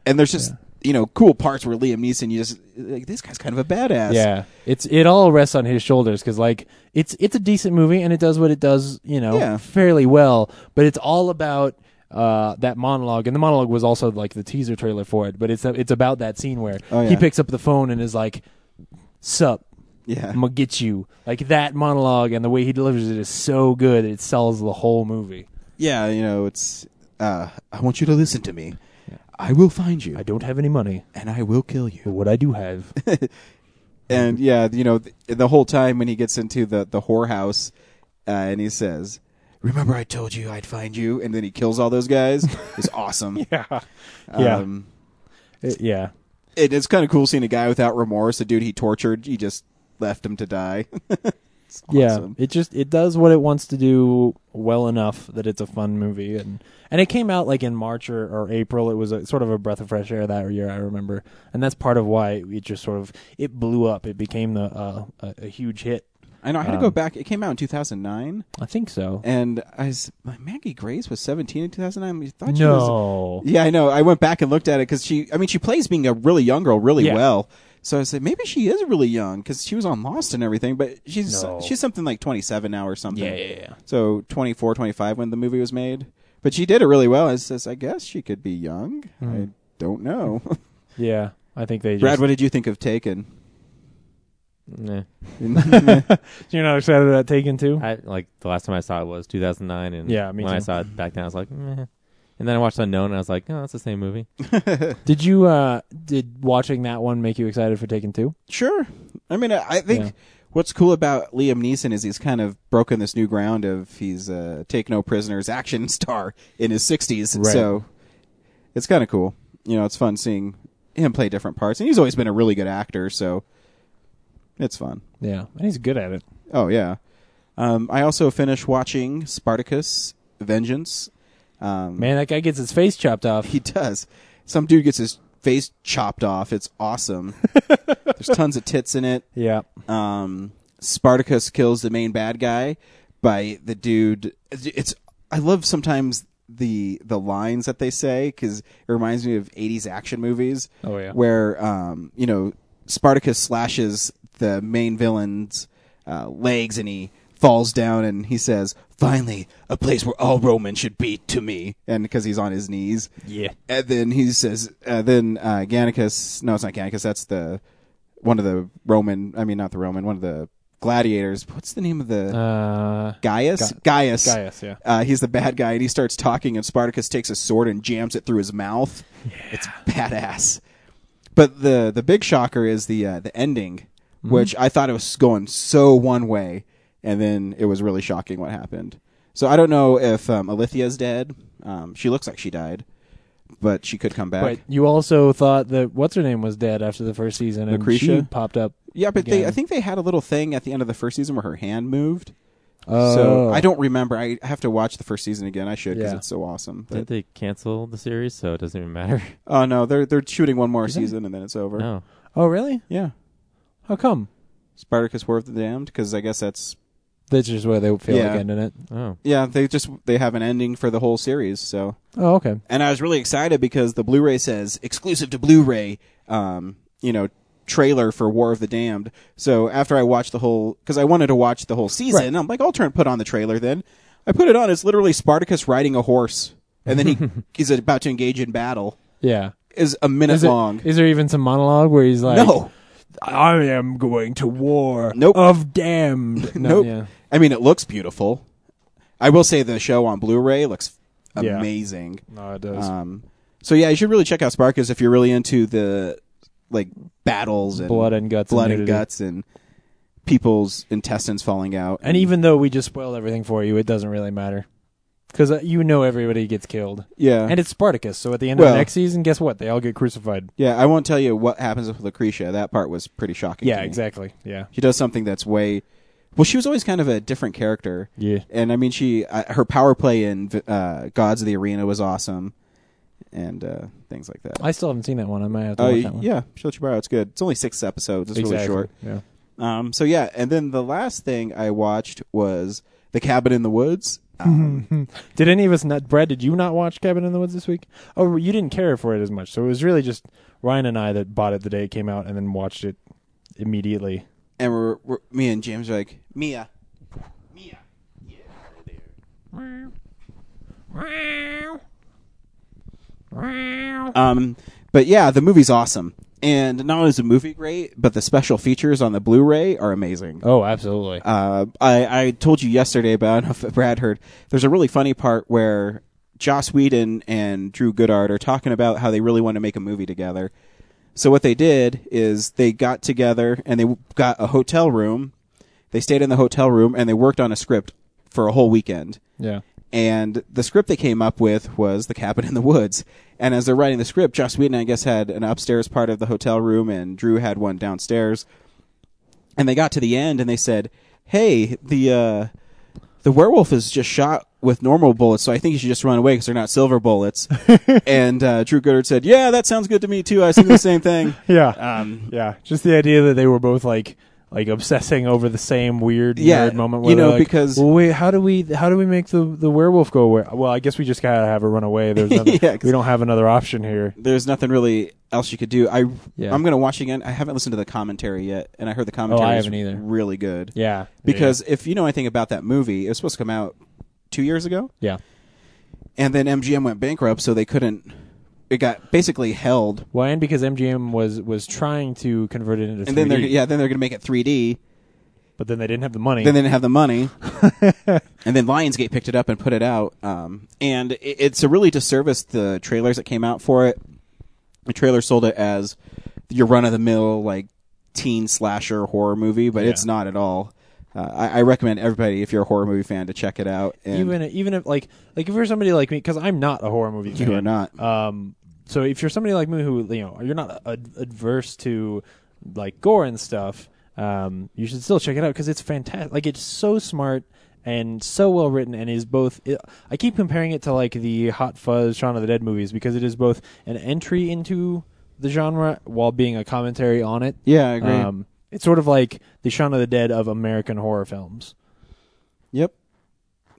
Speaker 8: and there's just you know cool parts where Liam Neeson, you just like this guy's kind of a badass.
Speaker 9: Yeah, it's it all rests on his shoulders because like it's it's a decent movie and it does what it does, you know,
Speaker 8: Yeah.
Speaker 9: fairly well. But it's all about uh, that monologue, and the monologue was also like the teaser trailer for it. But it's it's about that scene where
Speaker 8: Oh,
Speaker 9: he
Speaker 8: yeah.
Speaker 9: picks up the phone and is like, "Sup."
Speaker 8: yeah.
Speaker 9: I'm gonna get you. Like that monologue and the way he delivers it is so good, it sells the whole movie.
Speaker 8: Yeah, you know, it's. Uh, I want you to listen to me. I will find you,
Speaker 9: I don't have any money,
Speaker 8: and I will kill
Speaker 9: but
Speaker 8: you.
Speaker 9: what I do have,
Speaker 8: And yeah, you know, th- the whole time when he gets into the the whorehouse, uh, and he says, "Remember, I told you I'd find you," and then he kills all those guys. It's awesome.
Speaker 9: yeah, yeah,
Speaker 8: Um,
Speaker 9: It- yeah.
Speaker 8: it, it's kind of cool seeing a guy without remorse, a dude he tortured, he just left him to die. It's awesome.
Speaker 9: Yeah, it just it does what it wants to do well enough that it's a fun movie, and and it came out like in March or, or April. It was a, sort of a breath of fresh air that year, I remember, and that's part of why it just sort of it blew up. It became the uh, a, a huge hit.
Speaker 8: I know. I had to go
Speaker 9: Um,
Speaker 8: back. It came out in 2009,
Speaker 9: I think so.
Speaker 8: and I was, my Maggie Grace was 17 in 2009. I thought she was.
Speaker 9: No,
Speaker 8: Yeah, I know. I went back and looked at it because she. I mean, she plays being a really young girl really
Speaker 9: Yeah.
Speaker 8: well. So I said maybe she is really young because she was on Lost and everything. But she's
Speaker 9: No.
Speaker 8: she's something like 27 now or something.
Speaker 9: Yeah, yeah, yeah.
Speaker 8: So 24, 25 when the movie was made. But she did it really well. I says I guess she could be young.
Speaker 9: Hmm.
Speaker 8: I don't know.
Speaker 9: yeah, I think they. Just,
Speaker 8: Brad, what did you think of Taken?
Speaker 1: Nah.
Speaker 9: you're not excited about Taken too?
Speaker 1: I like the last time I saw it was 2009, and
Speaker 9: Yeah, me
Speaker 1: when I
Speaker 9: too.
Speaker 1: saw it back then, I was like, meh. and then I watched Unknown, and I was like, oh, that's the same movie.
Speaker 9: Did you uh did watching that one make you excited for Taken two?
Speaker 8: Sure. I mean, I, I think
Speaker 9: Yeah.
Speaker 8: what's cool about Liam Neeson is he's kind of broken this new ground of he's a take no prisoners action star in his 60s.
Speaker 9: Right.
Speaker 8: So it's kind of cool. You know, it's fun seeing him play different parts. And he's always been a really good actor, so it's fun.
Speaker 9: Yeah, and he's good at it.
Speaker 8: Oh, yeah. Um, I also finished watching Spartacus Vengeance. Um,
Speaker 9: Man, that guy gets his face chopped off.
Speaker 8: he does. Some dude gets his face chopped off. It's awesome. There's tons of tits in it
Speaker 9: yeah.
Speaker 8: um, Spartacus kills the main bad guy by the dude. It's I love sometimes the the lines that they say because it reminds me of '80s action movies.
Speaker 9: Oh, yeah.
Speaker 8: where um, you know Spartacus slashes the main villain's uh, legs and he falls down and he says, "Finally, a place where all Romans should be to me," and because he's on his knees.
Speaker 9: Yeah.
Speaker 8: And then he says, uh, then uh, Gannicus, no, it's not Gannicus, that's the, one of the Roman, I mean, not the Roman, one of the gladiators. What's the name of the,
Speaker 9: Uh,
Speaker 8: Gaius?
Speaker 9: Ga-
Speaker 8: Gaius.
Speaker 9: Gaius, yeah.
Speaker 8: Uh, he's the bad guy, and he starts talking, and Spartacus takes a sword and jams it through his mouth. It's badass. But the the big shocker is the uh, the ending,
Speaker 9: Mm-hmm.
Speaker 8: which I thought it was going so one way, and then it was really shocking what happened. So I don't know if um, Alithia's dead. Um, she looks like she died, but she could come back.
Speaker 9: But you also thought that what's her name was dead after the first season, and she
Speaker 8: Lucretia?
Speaker 9: popped up.
Speaker 8: Yeah, but they,
Speaker 9: again.
Speaker 8: I think they had a little thing at the end of the first season where her hand moved.
Speaker 9: Oh.
Speaker 8: So I don't remember. I have to watch the first season again. I should because
Speaker 11: Yeah.
Speaker 8: it's so awesome.
Speaker 11: Didn't
Speaker 8: But,
Speaker 11: they cancel the series? So it doesn't even matter.
Speaker 8: oh no, they're they're shooting one more
Speaker 11: Is it?
Speaker 8: season and then it's over.
Speaker 11: No.
Speaker 9: Oh, really?
Speaker 8: Yeah.
Speaker 9: How come?
Speaker 8: Spartacus War of the Damned because I guess that's
Speaker 9: That's just where they failed
Speaker 8: Yeah.
Speaker 9: again, in it?
Speaker 11: Oh.
Speaker 8: yeah they just they have an ending for the whole series. So
Speaker 9: Oh, okay.
Speaker 8: and I was really excited because the Blu-ray says exclusive to Blu-ray, um, you know, trailer for War of the Damned. So after I watched the whole, because I wanted to watch the whole season, I'm like, I'll turn put on the trailer. Then I put it on. It's literally Spartacus riding a horse, and then he he's about to engage in battle.
Speaker 9: Yeah.
Speaker 8: Is a minute
Speaker 9: Is, it-
Speaker 8: long.
Speaker 9: is there even some monologue where he's like,
Speaker 8: no,
Speaker 9: I am going to war.
Speaker 8: Nope.
Speaker 9: Of damned. Oh, No,
Speaker 8: nope.
Speaker 9: yeah.
Speaker 8: I mean, it looks beautiful. I will say the show on Blu-ray looks
Speaker 9: Yeah.
Speaker 8: amazing.
Speaker 9: No, it does.
Speaker 8: Um, so yeah, you should really check out Sparkus if you're really into the like battles and
Speaker 9: Blood and guts and
Speaker 8: blood and,
Speaker 9: nudity.
Speaker 8: guts and people's intestines falling out.
Speaker 9: and even though we just spoiled everything for you, it doesn't really matter. Because uh, you know everybody gets killed.
Speaker 8: yeah,
Speaker 9: And it's Spartacus, so at the end of
Speaker 8: Well-
Speaker 9: next season, guess what? They all get crucified.
Speaker 8: yeah, I won't tell you what happens with Lucretia. That part was pretty shocking.
Speaker 9: Yeah,
Speaker 8: to me.
Speaker 9: exactly. Yeah.
Speaker 8: She does something that's way. Well, she was always kind of a different character.
Speaker 9: Yeah.
Speaker 8: and I mean, she uh, her power play in uh, Gods of the Arena was awesome, and uh, things like that.
Speaker 9: I still haven't seen that one. I might have to
Speaker 8: Oh
Speaker 9: watch that one.
Speaker 8: yeah, Shochibara, it's good. It's only six episodes. It's really
Speaker 9: Exactly.
Speaker 8: short.
Speaker 9: Yeah.
Speaker 8: Um, so yeah, and then the last thing I watched was The Cabin in the Woods. Um,
Speaker 9: Did any of us not? Brad, did you not watch Cabin in the Woods this week? Oh, you didn't care for it as much, so it was really just Ryan and I that bought it the day it came out, and then watched it immediately.
Speaker 8: and we're, we're me and James are like Mia. Mia. Um, but yeah, the movie's awesome, and not only is the movie great, but the special features on the Blu-ray are amazing.
Speaker 9: Oh, absolutely.
Speaker 8: Uh, I, I told you yesterday, but I don't know if Brad heard. There's a really funny part where Joss Whedon and Drew Goodard are talking about how they really want to make a movie together. So what they did is they got together and they got a hotel room. They stayed in the hotel room and they worked on a script for a whole weekend.
Speaker 9: yeah.
Speaker 8: And the script they came up with was The Cabin in the Woods. And as they're writing the script, Joss Whedon, I guess, had an upstairs part of the hotel room, and Drew had one downstairs. And they got to the end, and they said, "Hey, the uh, the werewolf is just shot with normal bullets, so I think you should just run away because they're not silver bullets." and uh, Drew Goddard said, "Yeah, that sounds good to me too. I was thinking the same thing."
Speaker 9: Yeah.
Speaker 8: Um,
Speaker 9: yeah. Just the idea that they were both like like obsessing over the same weird
Speaker 8: Yeah,
Speaker 9: nerd moment. Where
Speaker 8: you know,
Speaker 9: they're like,
Speaker 8: because-
Speaker 9: well, wait, how do we how do we make the the werewolf go away? Well, I guess we just gotta have her run away. There's nothing,
Speaker 8: Yeah, 'cause-
Speaker 9: we don't have another option here.
Speaker 8: There's nothing really else you could do. I
Speaker 9: Yeah. Oh,
Speaker 8: I'm gonna watch it again. I haven't listened to the commentary yet, and I heard the commentary is
Speaker 9: haven't either.
Speaker 8: really good.
Speaker 9: Yeah.
Speaker 8: Because if you know anything about that movie, it was supposed to come out two years ago,
Speaker 9: yeah.
Speaker 8: and then MGM went bankrupt, so they couldn't. It got basically held,
Speaker 9: Well, and because MGM was was trying to convert it into
Speaker 8: and then
Speaker 9: 3D,
Speaker 8: they're yeah, then they're going to make it 3D.
Speaker 9: but then they didn't have the money.
Speaker 8: Then they didn't have the money, and then Lionsgate picked it up and put it out. Um, and it, it's a really disservice the trailers that came out for it. The trailer sold it as your run of the mill like teen slasher horror movie, but it's not at all. Uh, I, I recommend everybody if you're a horror movie fan to check it out. And
Speaker 9: even even if like like if you're somebody like me, because I'm not a horror movie.
Speaker 8: You
Speaker 9: fan,
Speaker 8: are not.
Speaker 9: Um, so if you're somebody like me who you know you're not ad- adverse to like gore and stuff, um, you should still check it out because it's fantastic. Like it's so smart and so well written and is both. It, I keep comparing it to like the Hot Fuzz Shaun of the Dead movies because it is both an entry into the genre while being a commentary on it.
Speaker 8: yeah, I agree.
Speaker 9: Um, it's sort of like the Shaun of the Dead of American horror films.
Speaker 8: Yep.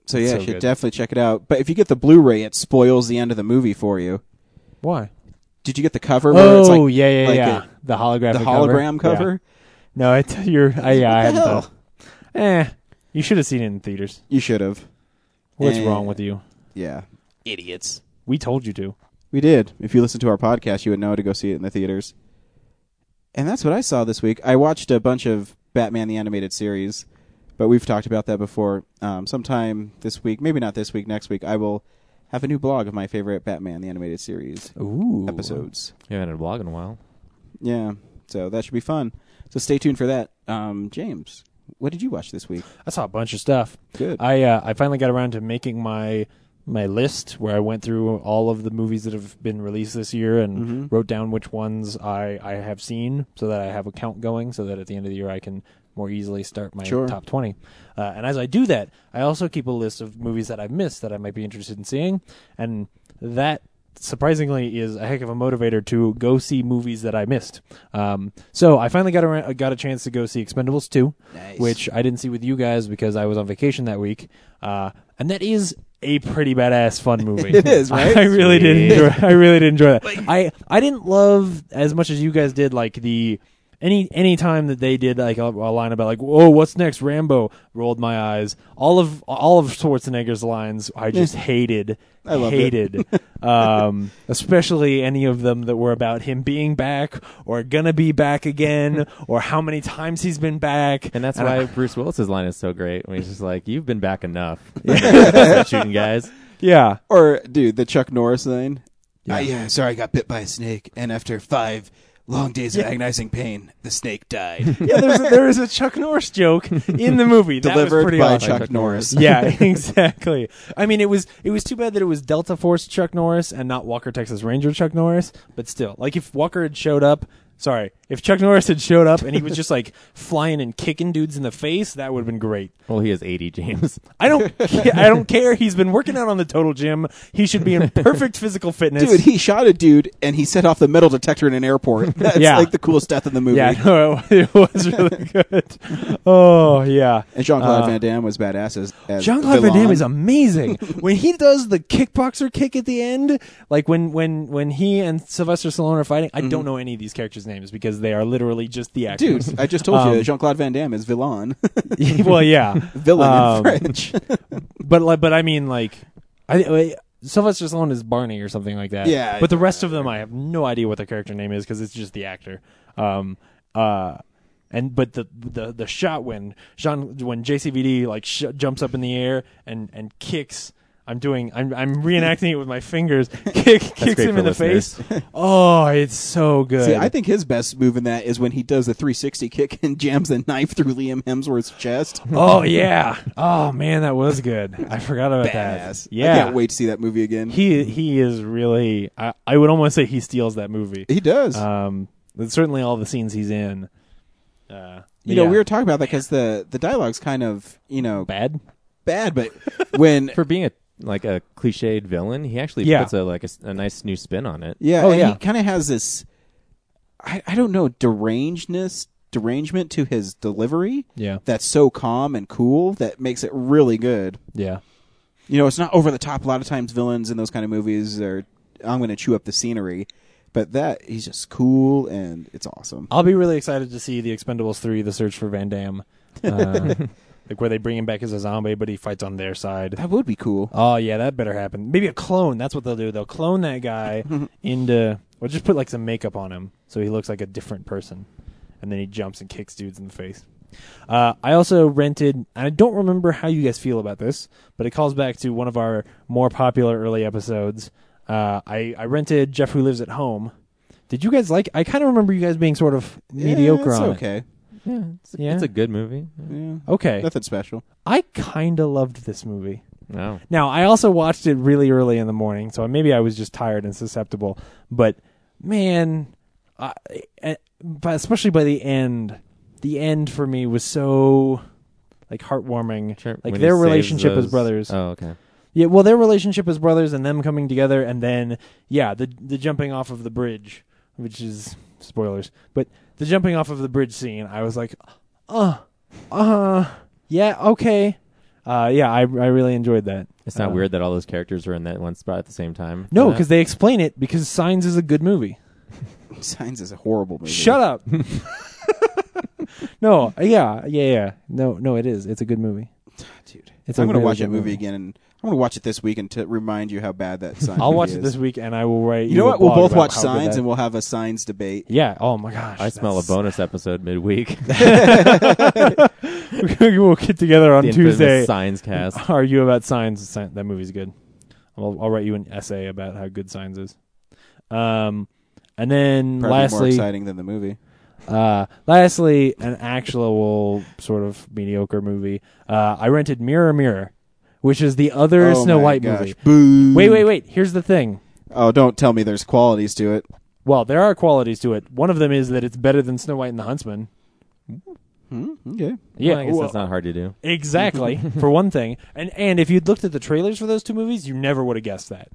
Speaker 8: So yeah,
Speaker 9: so
Speaker 8: you should
Speaker 9: good.
Speaker 8: definitely check it out. But if you get the Blu-ray, it spoils the end of the movie for you.
Speaker 9: Why?
Speaker 8: Did you get the cover? Where it's
Speaker 9: Oh
Speaker 8: like,
Speaker 9: yeah, yeah,
Speaker 8: like
Speaker 9: yeah.
Speaker 8: a-
Speaker 9: the holographic,
Speaker 8: the hologram
Speaker 9: Yeah.
Speaker 8: cover.
Speaker 9: No, it's you're. I, yeah, I
Speaker 8: What the
Speaker 9: haven't
Speaker 8: hell?
Speaker 9: thought. Eh, you should have seen it in theaters.
Speaker 8: You should have.
Speaker 9: What's
Speaker 8: Eh.
Speaker 9: wrong with you?
Speaker 8: Yeah. Idiots.
Speaker 9: We told you to.
Speaker 8: We did. If you listen to our podcast, you would know to go see it in the theaters. And that's what I saw this week. I watched a bunch of Batman the Animated Series, but we've talked about that before. Um, sometime this week, maybe not this week, next week, I will have a new blog of my favorite Batman the Animated Series
Speaker 9: Ooh,
Speaker 8: episodes.
Speaker 11: You haven't had a blog in a while.
Speaker 8: Yeah. So that should be fun. So stay tuned for that. Um, James, what did you watch this week?
Speaker 9: I saw a bunch of stuff.
Speaker 8: Good.
Speaker 9: I uh, I finally got around to making my my list where I went through all of the movies that have been released this year and
Speaker 8: Mm-hmm.
Speaker 9: wrote down which ones I, I have seen so that I have a count going so that at the end of the year I can more easily start my
Speaker 8: Sure.
Speaker 9: top 20. Uh, and as I do that, I also keep a list of movies that I've missed that I might be interested in seeing. And that surprisingly is a heck of a motivator to go see movies that I missed. Um, so I finally got a, got a chance to go see Expendables 2, which I didn't see with you guys because I was on vacation that week. Uh, and that is a pretty badass fun movie.
Speaker 8: It is, right?
Speaker 9: I really did
Speaker 8: Sweet.
Speaker 9: enjoy I really did enjoy that. I I didn't love as much as you guys did like the any any time that they did like a, a line about like whoa what's next Rambo rolled my eyes all of all of Schwarzenegger's lines I just hated
Speaker 8: I loved it.
Speaker 9: hated um, especially any of them that were about him being back or gonna be back again or how many times he's been back
Speaker 11: And that's
Speaker 9: And
Speaker 11: why
Speaker 9: I-
Speaker 11: Bruce Willis's line is so great when he's just like, "You've been back enough, Stop shooting guys."
Speaker 9: Yeah.
Speaker 8: Or dude, the Chuck Norris thing. Yeah. Uh, yeah, sorry, I got bit by a snake, and after five long days of agonizing pain, the snake died.
Speaker 9: yeah, there's a, there is a Chuck Norris joke in the movie that was
Speaker 8: Delivered
Speaker 9: pretty
Speaker 8: by
Speaker 9: awesome.
Speaker 8: Chuck Chuck Norris. Norris.
Speaker 9: yeah, exactly. I mean, it was it was too bad that it was Delta Force Chuck Norris and not Walker Texas Ranger Chuck Norris. But still, like if Walker had showed up, sorry, if Chuck Norris had showed up and he was just like flying and kicking dudes in the face, that would have been great.
Speaker 11: Well, he is 80, James.
Speaker 9: I don't ca- I don't care. He's been working out on the total gym. He should be in perfect physical fitness.
Speaker 8: Dude, he shot a dude and he set off the metal detector in an airport. That's
Speaker 9: Yeah.
Speaker 8: like the coolest death in the movie.
Speaker 9: yeah, no, it was really good. Oh yeah,
Speaker 8: And Jean Claude
Speaker 9: Uh,
Speaker 8: Van Damme was badass as, as
Speaker 9: Jean Claude Van
Speaker 8: villain.
Speaker 9: Damme is amazing. when he does the kickboxer kick at the end, like when when when he and Sylvester Stallone are fighting, I don't know any of these characters' names because they are literally just the actors.
Speaker 8: Dude, I just told you
Speaker 9: Um,
Speaker 8: Jean Claude Van Damme is villain.
Speaker 9: well, yeah, Um,
Speaker 8: Villain in French.
Speaker 9: but like, but I mean, like, I, I Sylvester Stallone is Barney or something like that.
Speaker 8: Yeah,
Speaker 9: But the rest of them, I have no idea what their character name is because it's just the actor. Um. Uh. And but the the the shot when Jean when JCVD like sh- jumps up in the air and and kicks. I'm doing. I'm I'm reenacting it with my fingers. Kick kicks
Speaker 11: great
Speaker 9: him
Speaker 11: for
Speaker 9: in the
Speaker 11: listeners.
Speaker 9: face. Oh, it's so good.
Speaker 8: See, I think his best move in that is when he does the 360 kick and jams the knife through Liam Hemsworth's chest.
Speaker 9: oh yeah. Oh man, that was good. I forgot about
Speaker 8: Badass.
Speaker 9: that. Yeah.
Speaker 8: I can't wait to see that movie again.
Speaker 9: he he is really I, I would almost say he steals that movie.
Speaker 8: He does.
Speaker 9: Um but certainly all the scenes he's in. Uh
Speaker 8: you know,
Speaker 9: yeah.
Speaker 8: we were talking about that because the the dialogue's kind of you know
Speaker 9: bad.
Speaker 8: bad, but when
Speaker 11: For being a like a cliched villain, he actually
Speaker 9: Yeah.
Speaker 11: puts a like a, s- a nice new spin on it.
Speaker 8: yeah,
Speaker 9: Oh,
Speaker 8: and
Speaker 9: yeah.
Speaker 8: he kind of has this I I don't know derangedness derangement to his delivery
Speaker 9: Yeah.
Speaker 8: that's so calm and cool that makes it really good.
Speaker 9: Yeah.
Speaker 8: You know, it's not over the top. A lot of times, villains in those kind of movies are I'm going to chew up the scenery, but that he's just cool and it's awesome.
Speaker 9: I'll be really excited to see the Expendables 3 The Search for Van Damme. Uh, like where they bring him back as a zombie but he fights on their side.
Speaker 8: That would be cool.
Speaker 9: Oh yeah, that better happen. Maybe a clone. That's what they'll do. They'll clone that guy into, or just put like some makeup on him so he looks like a different person, and then he jumps and kicks dudes in the face. Uh, I also rented, and I don't remember how you guys feel about this, but it calls back to one of our more popular early episodes. Uh, I I rented Jeff Who Lives at Home. Did you guys like? I kind of remember you guys being sort of
Speaker 8: Yeah,
Speaker 9: mediocre
Speaker 8: it's
Speaker 9: on it.
Speaker 8: okay.
Speaker 11: Yeah, it's,
Speaker 9: Yeah.
Speaker 11: it's a good movie.
Speaker 8: Yeah.
Speaker 9: Okay,
Speaker 8: Nothing special.
Speaker 9: I kind of loved this movie.
Speaker 11: No,
Speaker 9: Now, I also watched it really early in the morning, so maybe I was just tired and susceptible. But man, I, eh, but especially by the end, the end for me was so like heartwarming.
Speaker 11: sure.
Speaker 9: Like
Speaker 11: when he
Speaker 9: their
Speaker 11: saves
Speaker 9: relationship as
Speaker 11: those-
Speaker 9: brothers.
Speaker 11: Oh, okay.
Speaker 9: Yeah, well, their relationship as brothers and them coming together, and then yeah, the the jumping off of the bridge, which is spoilers, but the jumping off of the bridge scene, I was like, uh, uh, yeah, okay, uh, yeah, I I really enjoyed that.
Speaker 11: It's not
Speaker 9: Uh,
Speaker 11: weird that all those characters are in that one spot at the same time.
Speaker 9: No,
Speaker 11: Yeah.
Speaker 9: because they explain it because Signs is a good movie.
Speaker 8: Signs is a horrible movie.
Speaker 9: Shut up. no, yeah, yeah, yeah. No, no, it is. It's a good movie.
Speaker 8: dude.
Speaker 9: It's
Speaker 8: I'm
Speaker 9: a
Speaker 8: going to
Speaker 9: really
Speaker 8: watch
Speaker 9: good
Speaker 8: that movie,
Speaker 9: movie.
Speaker 8: again, and I'm going to watch it this week and to remind you how bad that sign.
Speaker 9: I'll
Speaker 8: movie
Speaker 9: watch
Speaker 8: is.
Speaker 9: it this week, and I will write.
Speaker 8: You know
Speaker 9: a
Speaker 8: what? We'll
Speaker 9: blog
Speaker 8: both
Speaker 9: about
Speaker 8: watch
Speaker 9: how good
Speaker 8: signs
Speaker 9: that-
Speaker 8: and we'll have a signs debate.
Speaker 9: yeah. Oh my gosh.
Speaker 11: I smell a
Speaker 9: bone.
Speaker 11: bonus episode midweek.
Speaker 9: we'll get together on
Speaker 11: the infamous
Speaker 9: Tuesday.
Speaker 11: Signs cast.
Speaker 9: Argue about signs. Sign- That movie's good. I'll, I'll write you an essay about how good signs is. Um, and then
Speaker 8: Probably more
Speaker 9: lastly,
Speaker 8: exciting than the movie.
Speaker 9: Uh, lastly, an actual sort of mediocre movie. Uh, I rented Mirror Mirror, which is the other
Speaker 8: Oh
Speaker 9: Snow
Speaker 8: my
Speaker 9: White
Speaker 8: gosh.
Speaker 9: movie.
Speaker 8: Boo.
Speaker 9: Wait, wait, wait. Here's the thing.
Speaker 8: Oh, don't tell me there's qualities to it.
Speaker 9: Well, there are qualities to it. One of them is that it's better than Snow White and the Huntsman.
Speaker 8: Hmm, okay.
Speaker 9: Yeah,
Speaker 11: Well, I guess
Speaker 9: well-
Speaker 11: that's not hard to do.
Speaker 9: Exactly, for one thing. And and if you'd looked at the trailers for those two movies, you never would have guessed that.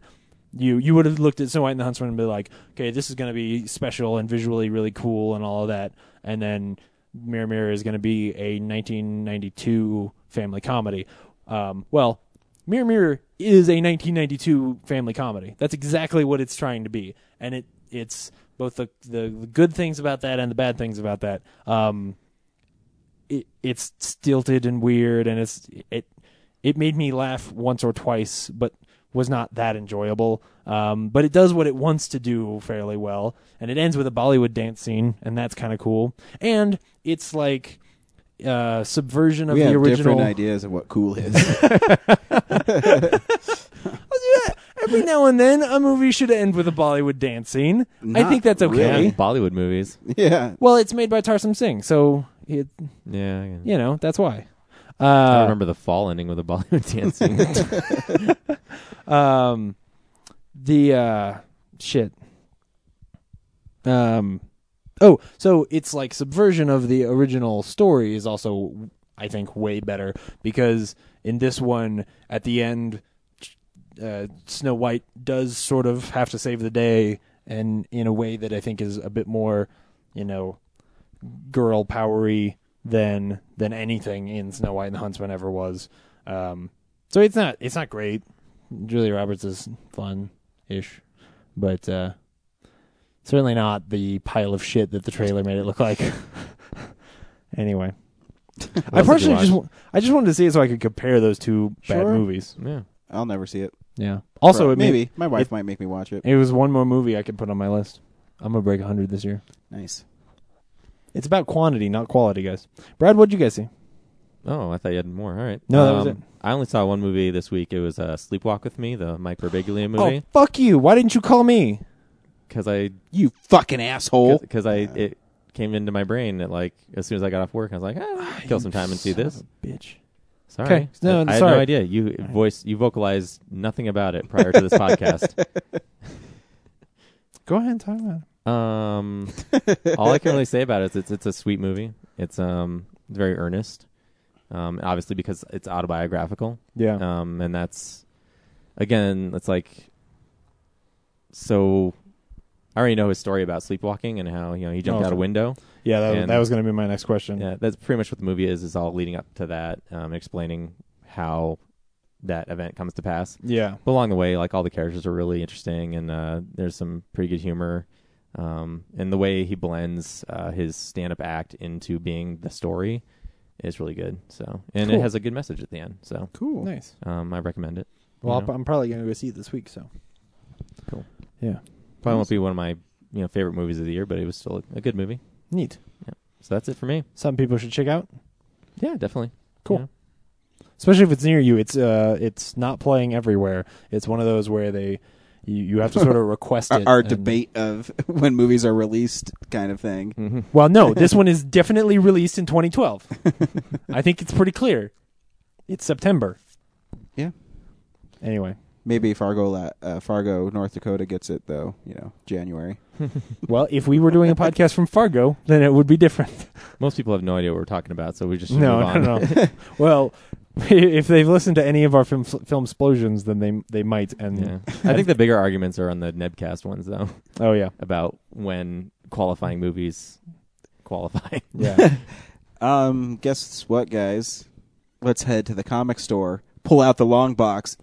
Speaker 9: You you would have looked at Snow White and the Huntsman and be like, okay, this is going to be special and visually really cool and all of that. And then Mirror Mirror is going to be a 1992 family comedy. Um, well, Mirror Mirror is a 1992 family comedy. That's exactly what it's trying to be, and it it's both the the good things about that and the bad things about that. Um, it, it's stilted and weird and it's it it made me laugh once or twice but was not that enjoyable um, but it does what it wants to do fairly well and it ends with a bollywood dance scene and that's kind of cool and it's like uh, subversion of
Speaker 8: we
Speaker 9: the
Speaker 8: have
Speaker 9: original
Speaker 8: different ideas of what cool is.
Speaker 9: every now and then a movie should end with a bollywood dance scene i think that's okay
Speaker 11: Yeah, Bollywood movies.
Speaker 8: yeah
Speaker 9: well it's made by tarsam singh so it,
Speaker 11: Yeah. I-
Speaker 9: you know that's why
Speaker 11: I
Speaker 9: uh,
Speaker 11: remember the fall ending with a Bollywood dancing.
Speaker 9: um the uh shit um oh so it's like subversion of the original story is also i think way better because in this one at the end uh, snow white does sort of have to save the day and in a way that i think is a bit more you know girl powery than than anything in Snow White and the Huntsman ever was. Um, so it's not it's not great. Julia Roberts is fun ish, but uh, certainly not the pile of shit that the trailer made it look like. anyway, I
Speaker 11: good
Speaker 9: personally
Speaker 11: watch.
Speaker 9: just wa- I just wanted to see it so I could compare those two
Speaker 8: Sure.
Speaker 9: bad movies.
Speaker 11: yeah.
Speaker 8: I'll never see it.
Speaker 9: Yeah. Also,
Speaker 8: Right.
Speaker 9: it may-
Speaker 8: maybe my wife
Speaker 9: it-
Speaker 8: might make me watch it.
Speaker 9: It was one more movie I could put on my list. I'm gonna break 100 this year.
Speaker 8: Nice.
Speaker 9: It's about quantity, not quality, guys. Brad, what'd you guys see?
Speaker 11: Oh, I thought you had more. All right. Um,
Speaker 9: No, that was it.
Speaker 11: I only saw one movie this week. It was uh, Sleepwalk with Me, the Mike Birbiglia movie,
Speaker 9: Oh, fuck you! Why didn't you call me?
Speaker 11: because I
Speaker 8: You fucking asshole.
Speaker 11: because I it came into my brain that like as soon as I got off work, I was like, ah, kill some time and see this.
Speaker 9: Bitch.
Speaker 11: Sorry,
Speaker 9: 'Kay. No,
Speaker 11: I, I had
Speaker 9: sorry.
Speaker 11: no idea. You voice you vocalized nothing about it prior to this podcast.
Speaker 9: Go ahead and talk about it.
Speaker 11: Um, all I can really say about it is it's it's a sweet movie. It's um very earnest. Um, obviously because it's autobiographical.
Speaker 9: Yeah.
Speaker 11: Um, and that's again, it's like so. I already know his story about sleepwalking and how you know he jumped
Speaker 9: Oh,
Speaker 11: out a
Speaker 9: okay.
Speaker 11: window.
Speaker 9: Yeah, that,
Speaker 11: And-
Speaker 9: that was going to be my next question.
Speaker 11: Yeah, that's pretty much what the movie is. Is all leading up to that, um, explaining how that event comes to pass.
Speaker 9: Yeah.
Speaker 11: But along the way, like all the characters are really interesting, and uh, there's some pretty good humor. Um, and the way he blends uh, his stand-up act into being the story is really good. So, and
Speaker 9: Cool.
Speaker 11: it has a good message at the end. So,
Speaker 8: Cool.
Speaker 9: Nice.
Speaker 11: um, I recommend it.
Speaker 9: Well,
Speaker 11: you
Speaker 9: I'll-
Speaker 11: know?
Speaker 9: I'm probably going to go see it this week. So
Speaker 11: Cool.
Speaker 9: Yeah.
Speaker 11: probably won't be one of my you know favorite movies of the year, but it was still a, a good movie.
Speaker 9: neat.
Speaker 11: So that's it for me.
Speaker 9: Some people should check out,
Speaker 11: Yeah, definitely.
Speaker 9: Cool.
Speaker 11: You know?
Speaker 9: especially if it's near you. It's uh, it's not playing everywhere. It's one of those where they, you, you have to sort of request
Speaker 8: Our,
Speaker 9: it.
Speaker 8: our
Speaker 9: and-
Speaker 8: debate of when movies are released, kind of thing.
Speaker 9: Well, no, this one is definitely released in 2012. I think it's pretty clear. It's September.
Speaker 8: Yeah.
Speaker 9: Anyway,
Speaker 8: Maybe Fargo, la- uh, Fargo, North Dakota gets it though. You know, January.
Speaker 9: well, if we were doing a podcast from Fargo, then it would be different.
Speaker 11: Most people have no idea what we're talking about, so we just should move
Speaker 9: No,
Speaker 11: on.
Speaker 9: no, no. well, if they've listened to any of our film film explosions, then they they might. And
Speaker 11: Yeah. I think the bigger arguments are on the Nebcast ones though,
Speaker 9: oh yeah,
Speaker 11: about when qualifying movies qualify.
Speaker 9: yeah.
Speaker 8: Um, guess what, guys? Let's head to the comic store, pull out the long box,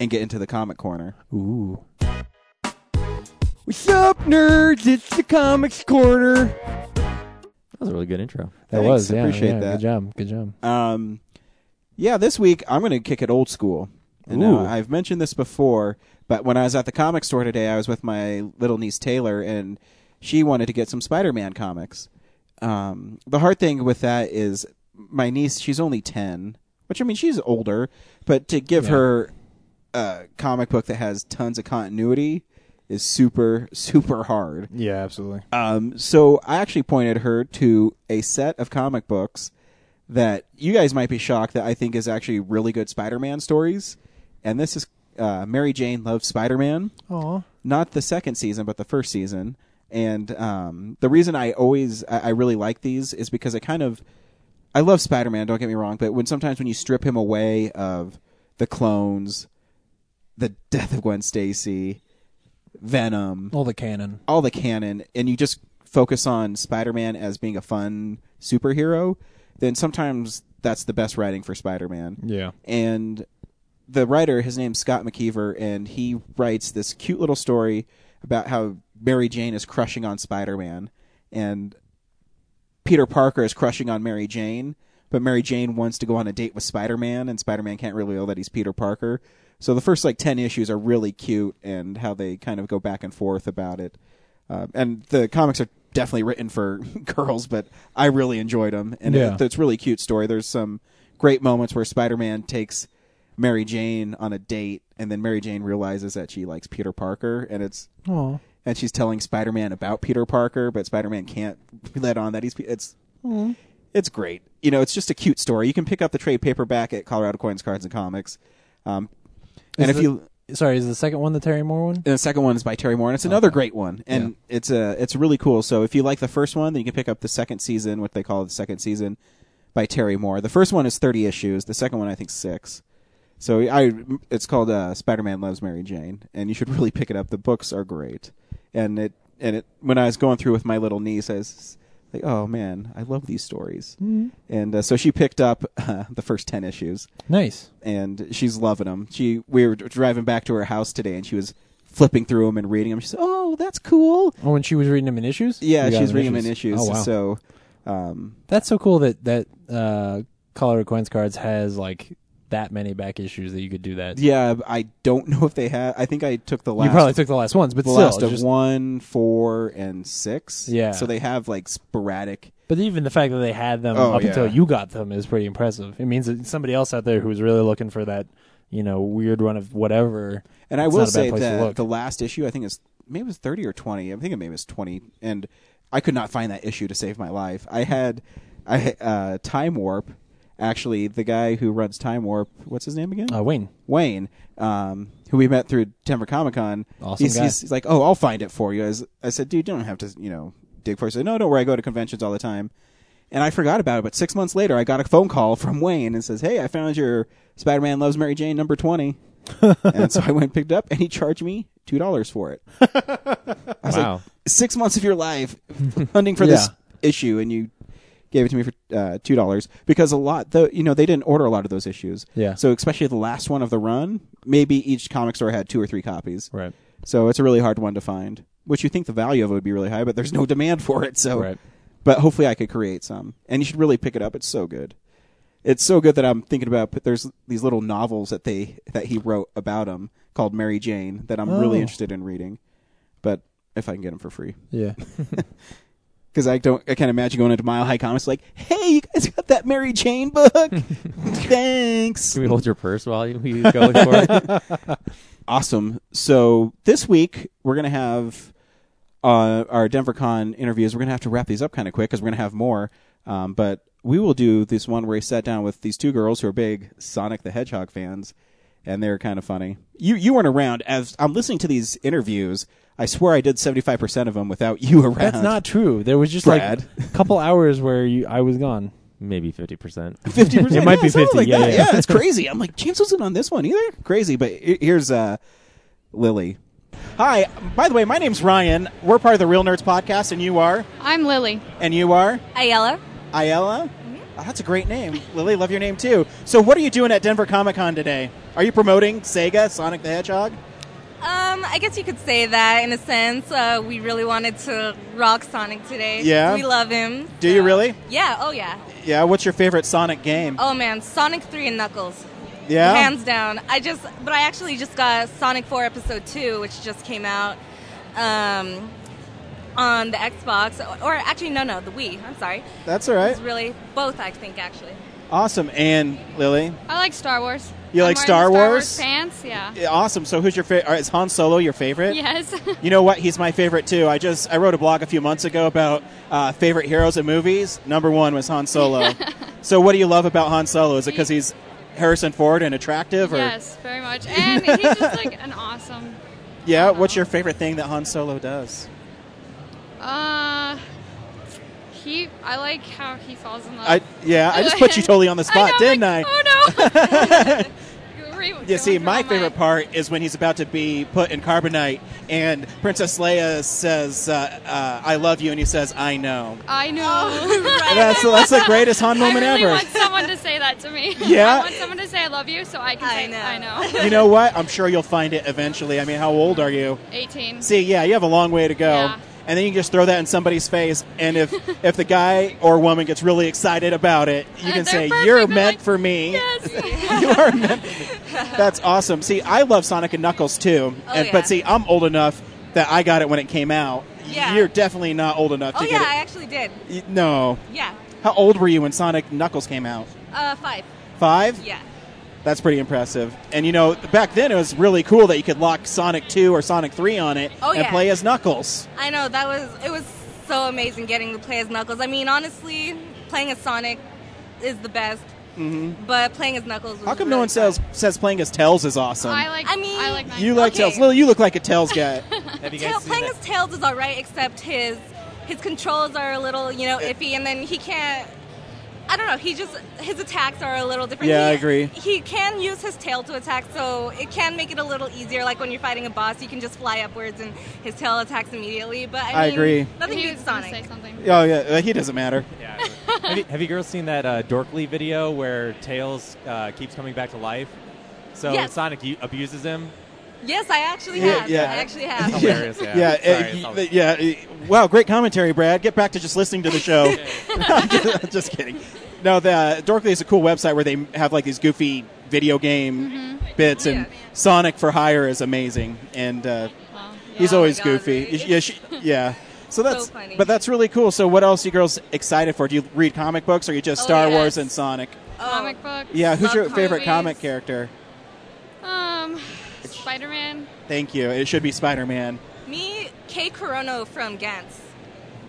Speaker 8: and get into the comic corner.
Speaker 9: Ooh.
Speaker 7: What's up, nerds? It's the Comics Corner.
Speaker 11: That was a really good intro.
Speaker 9: That
Speaker 8: Thanks,
Speaker 9: was yeah,
Speaker 8: appreciate
Speaker 9: yeah,
Speaker 8: that.
Speaker 9: Good job. Good job.
Speaker 8: Um, yeah, this week I'm going to kick it old school. And
Speaker 9: Ooh.
Speaker 8: uh, I've mentioned this before, but when I was at the comic store today, I was with my little niece Taylor, and she wanted to get some Spider-Man comics. Um, the hard thing with that is my niece; she's only ten, which I mean, she's older, but to give her a comic book that has tons of continuity is super, super hard.
Speaker 9: Yeah, absolutely.
Speaker 8: Um, so I actually pointed her to a set of comic books that you guys might be shocked that I think is actually really good Spider-Man stories, and this is uh, Mary Jane loves Spider-Man.
Speaker 9: Aw.
Speaker 8: Not the second season, but the first season. And um, the reason I always I, I really like these is because I kind of I love Spider-Man. Don't get me wrong, but when sometimes when you strip him away of the clones, the death of Gwen Stacy, Venom,
Speaker 9: All the canon.
Speaker 8: all the canon and you just focus on Spider-Man as being a fun superhero, then sometimes that's the best writing for Spider-Man.
Speaker 9: Yeah.
Speaker 8: And the writer, his name's Scott McKeever, and he writes this cute little story about how Mary Jane is crushing on Spider-Man and Peter Parker is crushing on Mary Jane, but Mary Jane wants to go on a date with Spider Man, and Spider Man can't reveal that he's Peter Parker. So the first like ten issues are really cute, and how they kind of go back and forth about it. Uh, and the comics are definitely written for girls, but I really enjoyed them, and
Speaker 9: Yeah.
Speaker 8: it, it's a really cute story. There's some great moments where Spider Man takes Mary Jane on a date, and then Mary Jane realizes that she likes Peter Parker, and it's
Speaker 9: Aw.
Speaker 8: and she's telling Spider Man about Peter Parker, but Spider Man can't let on that he's it's it's great. You know, it's just a cute story. You can pick up the trade paperback at Colorado Coins, Cards, and Comics. Um, and if
Speaker 9: Is the-
Speaker 8: you
Speaker 9: sorry, is the second one the Terry Moore one?
Speaker 8: and the second one is by Terry Moore, and it's another great one, and it's a it's really cool. So if you like the first one, then you can pick up the second season, what they call the second season, by Terry Moore. The first one is thirty issues. The second one, I think, six. So I it's called uh, Spider Man Loves Mary Jane, and you should really pick it up. The books are great, and it and it when I was going through with my little niece, I was like, oh man, I love these stories,
Speaker 9: Mhm.
Speaker 8: and uh, so she picked up uh, the first ten issues.
Speaker 9: Nice.
Speaker 8: And she's loving them. She we were driving back to her house today, and she was flipping through them and reading them. She said, "Oh, that's cool."
Speaker 9: Oh, when she was reading them in issues.
Speaker 8: Yeah,
Speaker 9: You got
Speaker 8: she's reading them in issues.
Speaker 9: Oh, wow.
Speaker 8: So, um,
Speaker 9: That's so cool that that uh, Colorado Coins Cards has like that many back issues that you could do that.
Speaker 8: yeah, I don't know if they have. I think I took the last.
Speaker 9: you probably took the last ones, but
Speaker 8: the
Speaker 9: still,
Speaker 8: last of
Speaker 9: just-
Speaker 8: one, four, and six.
Speaker 9: Yeah.
Speaker 8: So they have like sporadic.
Speaker 9: But even the fact that they had them
Speaker 8: Oh,
Speaker 9: up until
Speaker 8: yeah.
Speaker 9: you got them is pretty impressive. It means that somebody else out there who was really looking for that, you know, weird run of whatever.
Speaker 8: And I
Speaker 9: it's
Speaker 8: will
Speaker 9: not a bad
Speaker 8: say
Speaker 9: place to
Speaker 8: that
Speaker 9: look.
Speaker 8: the last issue, I think is maybe it was thirty or twenty. I think it maybe was twenty, and I could not find that issue to save my life. I had, I uh, time warp. Actually, the guy who runs Time Warp, what's his name again?
Speaker 9: Uh, Wayne.
Speaker 8: Wayne, um, who we met through Denver Comic Con.
Speaker 9: Awesome
Speaker 8: He's,
Speaker 9: guy.
Speaker 8: he's, he's like, "Oh, I'll find it for you." I, was- I said, "Dude, you don't have to, you know, dig for it." He said, "No, don't worry. I go to conventions all the time." And I forgot about it, but six months later, I got a phone call from Wayne and says, "Hey, I found your Spider-Man Loves Mary Jane number 20. and so I went and picked it up, and he charged me two dollars for it. I was
Speaker 11: Wow.
Speaker 8: like, six months of your life hunting for this issue, and you gave it to me for uh, two dollars because a lot, though, you know, they didn't order a lot of those issues.
Speaker 9: Yeah.
Speaker 8: So especially the last one of the run, maybe each comic store had two or three copies.
Speaker 9: Right.
Speaker 8: So it's a really hard one to find. Which you think the value of it would be really high, but there's no demand for it. So,
Speaker 9: Right.
Speaker 8: but hopefully I could create some, and you should really pick it up. It's so good. It's so good that I'm thinking about. But there's these little novels that they that he wrote about him called Mary Jane that I'm really
Speaker 9: Oh.
Speaker 8: interested in reading. But if I can get them for free,
Speaker 9: Yeah.
Speaker 8: because I don't, I can't imagine going into Mile High Comics like, "Hey, you guys got that Mary Jane book? Thanks."
Speaker 11: Can we hold your purse while you, we go for it?
Speaker 8: Awesome. So this week we're gonna have uh, our Denver Con interviews. We're gonna have to wrap these up kind of quick because we're gonna have more. Um, but we will do this one where he sat down with these two girls who are big Sonic the Hedgehog fans, and they're kind of funny. You you weren't around as I'm listening to these interviews. I swear I did 75 percent of them without you around.
Speaker 9: That's not true. There was just
Speaker 8: Brad.
Speaker 9: like a couple hours where you, I was gone.
Speaker 11: Maybe fifty percent.
Speaker 8: 50%.
Speaker 9: It might
Speaker 8: yeah,
Speaker 9: be
Speaker 8: something
Speaker 9: 50,
Speaker 8: Like
Speaker 9: yeah,
Speaker 8: that.
Speaker 9: yeah.
Speaker 8: it's crazy. I'm like, James wasn't on this one either. Crazy, but he- here's uh, Lily. Hi. By the way, my name's Ryan. We're part of the Real Nerds podcast, and you are,
Speaker 12: I'm Lily. Mm-hmm.
Speaker 8: and you are
Speaker 12: Ayala.
Speaker 8: Ayala. Oh, that's a great name, Lily. Love your name too. So, what are you doing at Denver Comic Con today? Are you promoting Sega Sonic the Hedgehog?
Speaker 12: Um, I guess you could say that in a sense. Uh, we really wanted to rock Sonic today.
Speaker 8: Yeah?
Speaker 12: We love him.
Speaker 8: Do you really?
Speaker 12: Yeah, oh yeah.
Speaker 8: Yeah. What's your favorite Sonic game?
Speaker 12: Oh man, Sonic 3 and Knuckles.
Speaker 8: Yeah?
Speaker 12: Hands down. I just, but I actually just got Sonic 4 Episode 2, which just came out um, on the Xbox. Or actually, no, no, the Wii. I'm sorry.
Speaker 8: That's all right.
Speaker 12: It's really both, I think, actually.
Speaker 8: Awesome. And Lily.
Speaker 13: I like Star Wars.
Speaker 8: You
Speaker 13: I'm
Speaker 8: like
Speaker 13: wearing
Speaker 8: Star
Speaker 13: the Star
Speaker 8: Wars?
Speaker 13: Wars pants, yeah.
Speaker 8: Yeah, Awesome. So, who's your favorite? Is Han Solo your favorite?
Speaker 13: Yes.
Speaker 8: You know what? He's my favorite too. I just I wrote a blog a few months ago about uh, favorite heroes in movies. Number one was Han Solo. So, what do you love about Han Solo? Is it because he's Harrison Ford and attractive? Or
Speaker 14: Yes, very much. And he's just like an awesome.
Speaker 8: yeah, what's your favorite thing that Han Solo does?
Speaker 14: Uh, he. I like how he falls in love.
Speaker 8: I yeah, I just put you totally on the spot,
Speaker 14: Uh, know,
Speaker 8: didn't
Speaker 14: like,
Speaker 8: I?
Speaker 14: Oh no. Re-
Speaker 8: You see, my favorite part is when he's about to be put in carbonite, and Princess Leia says, uh, uh, "I love you," and he says, "I know."
Speaker 14: I know.
Speaker 8: That's that's the greatest Han moment
Speaker 14: Uh, I really
Speaker 8: ever.
Speaker 14: want someone to say that to me.
Speaker 8: Yeah.
Speaker 14: I want someone to say I love you so I can say I know.
Speaker 8: you know what? I'm sure you'll find it eventually. I mean, how old are you?
Speaker 14: 18.
Speaker 8: See, yeah, you have a long way to go. And then you can just throw that in somebody's face, and if if the guy or woman gets really excited about it, you can say, "You're meant for me." you are meant. For me. That's awesome. See, I love Sonic and Knuckles too,
Speaker 12: Oh,
Speaker 8: and,
Speaker 12: yeah.
Speaker 8: but see, I'm old enough that I got it when it came out.
Speaker 12: Yeah.
Speaker 8: You're definitely not old enough
Speaker 12: Oh
Speaker 8: to
Speaker 12: yeah, I
Speaker 8: get
Speaker 12: actually did.
Speaker 8: it. Y- No.
Speaker 12: Yeah,
Speaker 8: How old were you when Sonic and Knuckles came out?
Speaker 12: uh, five.
Speaker 8: Five?
Speaker 12: Yeah.
Speaker 8: That's pretty impressive. And you know, back then it was really cool that you could lock Sonic 2 or Sonic 3 on it
Speaker 12: Oh,
Speaker 8: and
Speaker 12: yeah.
Speaker 8: play as Knuckles.
Speaker 12: I know that was it was so amazing getting to play as Knuckles. I mean, honestly, playing as Sonic is the best,
Speaker 8: hmm
Speaker 12: but playing as Knuckles. Was
Speaker 8: How come no one says says playing as Tails is awesome?
Speaker 12: like. I mean, I like.
Speaker 8: you like Tails. Lily, you look like a Tails guy.
Speaker 12: Have playing as Tails is all right, except his his controls are a little, you know, iffy, and then he can't. I don't know. He just his attacks are a little different.
Speaker 8: Yeah, I
Speaker 12: He-
Speaker 8: agree.
Speaker 12: He can use his tail to attack, so it can make it a little easier. Like when you're fighting a boss, you can just fly upwards, and his tail attacks immediately. But I,
Speaker 8: I
Speaker 12: mean,
Speaker 8: agree.
Speaker 12: Nothing beats Sonic.
Speaker 8: Oh, yeah, uh, he doesn't matter.
Speaker 11: have, you, have you girls seen that uh, Dorkly video where Tails uh, keeps coming back to life? So
Speaker 12: Yes.
Speaker 11: Sonic u- abuses him.
Speaker 12: Yes, I actually
Speaker 8: Yeah,
Speaker 12: have.
Speaker 8: yeah.
Speaker 12: I actually have.
Speaker 11: Hilarious,
Speaker 8: Yeah,
Speaker 11: yeah.
Speaker 8: yeah,
Speaker 11: Sorry,
Speaker 8: uh,
Speaker 11: it's
Speaker 8: y-
Speaker 11: always-
Speaker 8: yeah, uh, Wow, great commentary, Brad. Get back to just listening to the show. I'm just, I'm just kidding. No, the Dorkly is a cool website where they have like these goofy video game
Speaker 14: Mm-hmm. Oh,
Speaker 8: bits, and Sonic for Hire is amazing, and uh, he's always goofy. Yeah, she- yeah. So that's but that's really cool. So what else you girls excited for? Do you read comic books, or you just
Speaker 14: Oh,
Speaker 8: Star
Speaker 14: yes. Oh.
Speaker 8: Wars and Sonic?
Speaker 14: Comic books.
Speaker 8: Yeah, who's
Speaker 14: love
Speaker 8: your favorite
Speaker 14: movies.
Speaker 8: comic character?
Speaker 14: Um, Spider-Man.
Speaker 8: Thank you. It should be Spider Man.
Speaker 12: Me, Kay Corono from Gantz.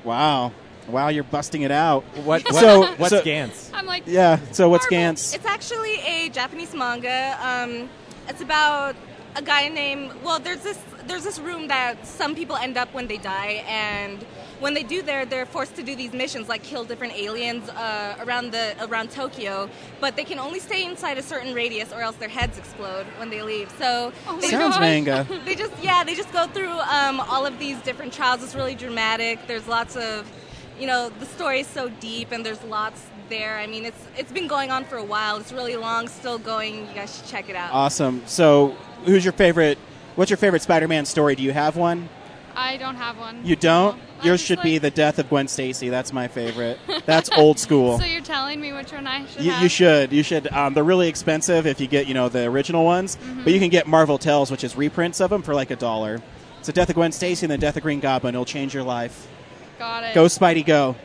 Speaker 8: Wow. Wow, you're busting it out. What,
Speaker 12: what- what's
Speaker 11: Gantz?
Speaker 12: I'm like-
Speaker 8: Yeah, so what's Gantz?
Speaker 12: It's actually a Japanese manga. Um, it's about a guy named. Well, there's this there's this room that some people end up when they die, and when they do there, they're forced to do these missions like kill different aliens uh, around the around Tokyo. But they can only stay inside a certain radius, or else their heads explode when they leave. So they
Speaker 8: Sounds gosh. manga.
Speaker 12: They just yeah, they just go through um, all of these different trials. It's really dramatic. There's lots of you know the story is so deep and there's lots there i mean it's it's been going on for a while it's really long still going you guys should check it out
Speaker 8: Awesome. So who's your favorite what's your favorite Spider Man story? Do you have one?
Speaker 14: I don't have one.
Speaker 8: You don't? Yours should be the death of Gwen Stacy. That's my favorite. That's old school.
Speaker 14: So you're telling me which one I should
Speaker 8: You,
Speaker 14: have?
Speaker 8: you should. You should. Um, they're really expensive if you get you know the original ones,
Speaker 14: Mm-hmm.
Speaker 8: but you can get Marvel Tales, which is reprints of them for like a dollar. So Death of Gwen Stacy and then Death of Green Goblin. It'll change your life.
Speaker 14: Got it.
Speaker 8: Go Spidey, go.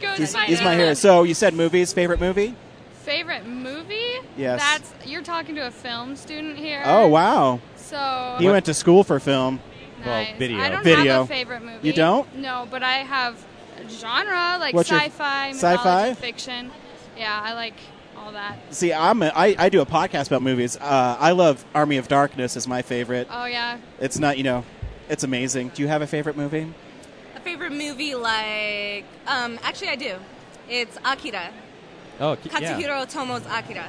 Speaker 14: Go
Speaker 8: he's,
Speaker 14: Spidey.
Speaker 8: he's my hero. So you said movies. Favorite movie?
Speaker 14: Favorite movie?
Speaker 8: Yes.
Speaker 14: That's you're talking to a film student here.
Speaker 8: Oh wow.
Speaker 14: So
Speaker 8: He went to school for film.
Speaker 14: Nice. I don't
Speaker 8: Video.
Speaker 14: have a favorite movie.
Speaker 8: You don't?
Speaker 14: No, but I have genre like
Speaker 8: What's your-
Speaker 14: sci-fi,
Speaker 8: sci-fi?
Speaker 14: mythology, fiction. Yeah, I like all that.
Speaker 8: See, I'm a, I, I do a podcast about movies. Uh, I love Army of Darkness is my favorite.
Speaker 12: oh yeah
Speaker 8: It's not you know, it's amazing. Do you have a favorite movie?
Speaker 12: a favorite movie like um actually i do it's akira
Speaker 11: Oh, ki- yeah.
Speaker 12: katsuhiro otomo's akira